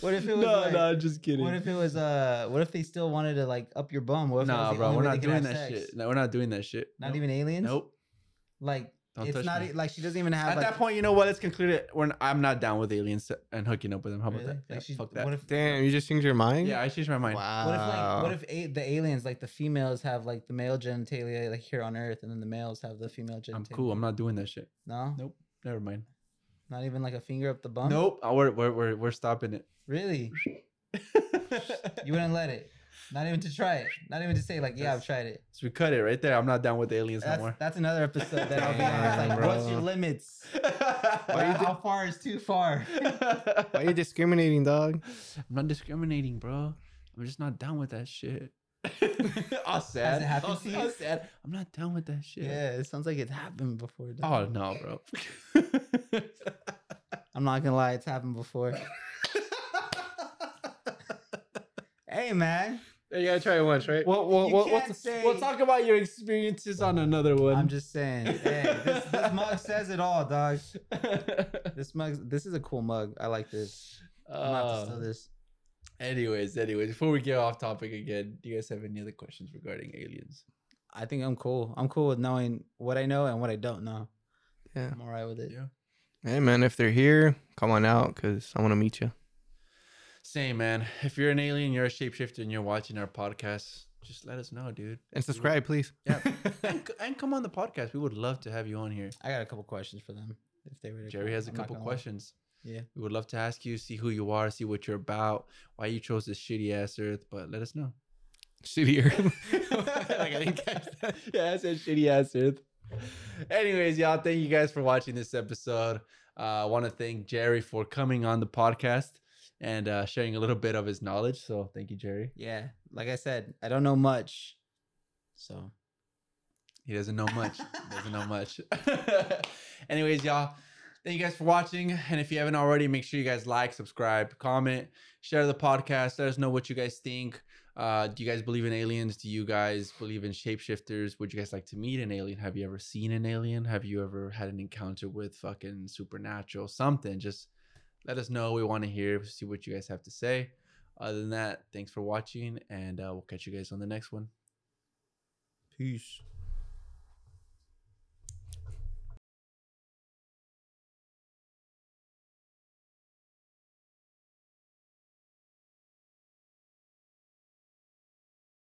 [SPEAKER 3] what if it was
[SPEAKER 2] no,
[SPEAKER 3] like,
[SPEAKER 2] no, I'm just kidding.
[SPEAKER 3] what if it was uh what if they still wanted to like up your bum? What if that was
[SPEAKER 2] nah,
[SPEAKER 3] the
[SPEAKER 2] bro,
[SPEAKER 3] only
[SPEAKER 2] we're
[SPEAKER 3] way
[SPEAKER 2] not
[SPEAKER 3] they could
[SPEAKER 2] doing
[SPEAKER 3] have
[SPEAKER 2] that
[SPEAKER 3] sex?
[SPEAKER 2] shit. No, we're not doing that shit.
[SPEAKER 3] Not
[SPEAKER 2] Nope.
[SPEAKER 3] even aliens?
[SPEAKER 2] Nope.
[SPEAKER 3] Like
[SPEAKER 2] Don't
[SPEAKER 3] it's
[SPEAKER 2] touch
[SPEAKER 3] not
[SPEAKER 2] me.
[SPEAKER 3] e- like she doesn't even have
[SPEAKER 2] At
[SPEAKER 3] like,
[SPEAKER 2] that point, you know what? Let's conclude it. We're n- I'm not down with aliens and hooking up with them. How about
[SPEAKER 3] Really?
[SPEAKER 2] that?
[SPEAKER 3] Like
[SPEAKER 2] Yeah,
[SPEAKER 3] she-
[SPEAKER 2] fuck that.
[SPEAKER 3] What if,
[SPEAKER 1] Damn, you just changed your mind.
[SPEAKER 2] yeah, I changed my mind.
[SPEAKER 1] Wow.
[SPEAKER 3] what if like
[SPEAKER 1] Uh.
[SPEAKER 3] what if a, the aliens like the females have like the male genitalia like here on Earth and then the males have the female genitalia?
[SPEAKER 2] I'm cool. I'm not doing that shit.
[SPEAKER 3] No,
[SPEAKER 2] Nope. Never mind.
[SPEAKER 3] not even like a finger up the bum.
[SPEAKER 2] Nope. Uh, We're, we're, we're, we're stopping it.
[SPEAKER 3] really, you wouldn't let it. Not even to try it. Not even to say like, yeah, I've
[SPEAKER 2] That's-
[SPEAKER 3] tried it.
[SPEAKER 2] so we cut it right there. I'm not down with aliens no
[SPEAKER 3] That's,
[SPEAKER 2] more.
[SPEAKER 3] that's another episode that I'll be on. It's
[SPEAKER 1] Damn,
[SPEAKER 3] like,
[SPEAKER 1] bro.
[SPEAKER 3] what's your limits?
[SPEAKER 1] Why you
[SPEAKER 3] How far is too far?
[SPEAKER 1] Why you discriminating, dog?
[SPEAKER 2] I'm not discriminating, bro. I'm just not down with that shit. all sad.
[SPEAKER 3] happened
[SPEAKER 2] all,
[SPEAKER 3] to you?
[SPEAKER 2] all sad. I'm not down with that shit.
[SPEAKER 3] Yeah, it sounds like it's happened before. doesn't
[SPEAKER 2] Oh
[SPEAKER 3] it?
[SPEAKER 2] no, bro.
[SPEAKER 3] I'm not gonna lie, it's happened before. hey man,
[SPEAKER 1] You gotta try it once, right?
[SPEAKER 2] Well,
[SPEAKER 3] You
[SPEAKER 2] well, well,
[SPEAKER 3] can't
[SPEAKER 2] we'll,
[SPEAKER 3] say-
[SPEAKER 2] we'll talk about your experiences on another one.
[SPEAKER 3] I'm just saying. Hey, this, this mug says it all, dog. This mug, this is a cool mug. I like this. I'm gonna have to steal
[SPEAKER 2] Uh,
[SPEAKER 3] this.
[SPEAKER 2] anyways, anyways, before we get off topic again, do you guys have any other questions regarding aliens?
[SPEAKER 3] I think I'm cool. I'm cool with knowing what I know and what I don't know.
[SPEAKER 1] Yeah.
[SPEAKER 3] I'm alright with it.
[SPEAKER 2] Yeah.
[SPEAKER 1] Hey, man, if they're here, come on out because I want to meet you.
[SPEAKER 2] Same, man. If you're an alien, you're a shapeshifter, and you're watching our podcast, just let us know, dude.
[SPEAKER 1] And subscribe, please.
[SPEAKER 2] Yeah. and, c- and come on the podcast. We would love to have you on here.
[SPEAKER 3] I got a couple questions for them. If they were to
[SPEAKER 2] Jerry
[SPEAKER 3] come.
[SPEAKER 2] has a
[SPEAKER 3] I'm not
[SPEAKER 2] couple
[SPEAKER 3] gonna lie.
[SPEAKER 2] questions.
[SPEAKER 3] Yeah.
[SPEAKER 2] We would love to ask you, see who you are, see what you're about, why you chose this shitty ass earth, but let us know.
[SPEAKER 1] Shittier.
[SPEAKER 2] like I didn't catch that. Yeah, I said shitty ass earth. Anyways, y'all, thank you guys for watching this episode. Uh, I want to thank Jerry for coming on the podcast and uh, sharing a little bit of his knowledge. So thank you, Jerry.
[SPEAKER 3] Yeah, like I said, I don't know much. So
[SPEAKER 2] He doesn't know much. He doesn't know much. Anyways, y'all, thank you guys for watching. And if you haven't already, make sure you guys like, subscribe, comment, share the podcast. Let us know what you guys think. Uh, do you guys believe in aliens? Do you guys believe in shapeshifters? Would you guys like to meet an alien? Have you ever seen an alien? Have you ever had an encounter with fucking supernatural something? Just let us know. We want to hear, see what you guys have to say. Other than that, thanks for watching, and uh, we'll catch you guys on the next one.
[SPEAKER 3] peace.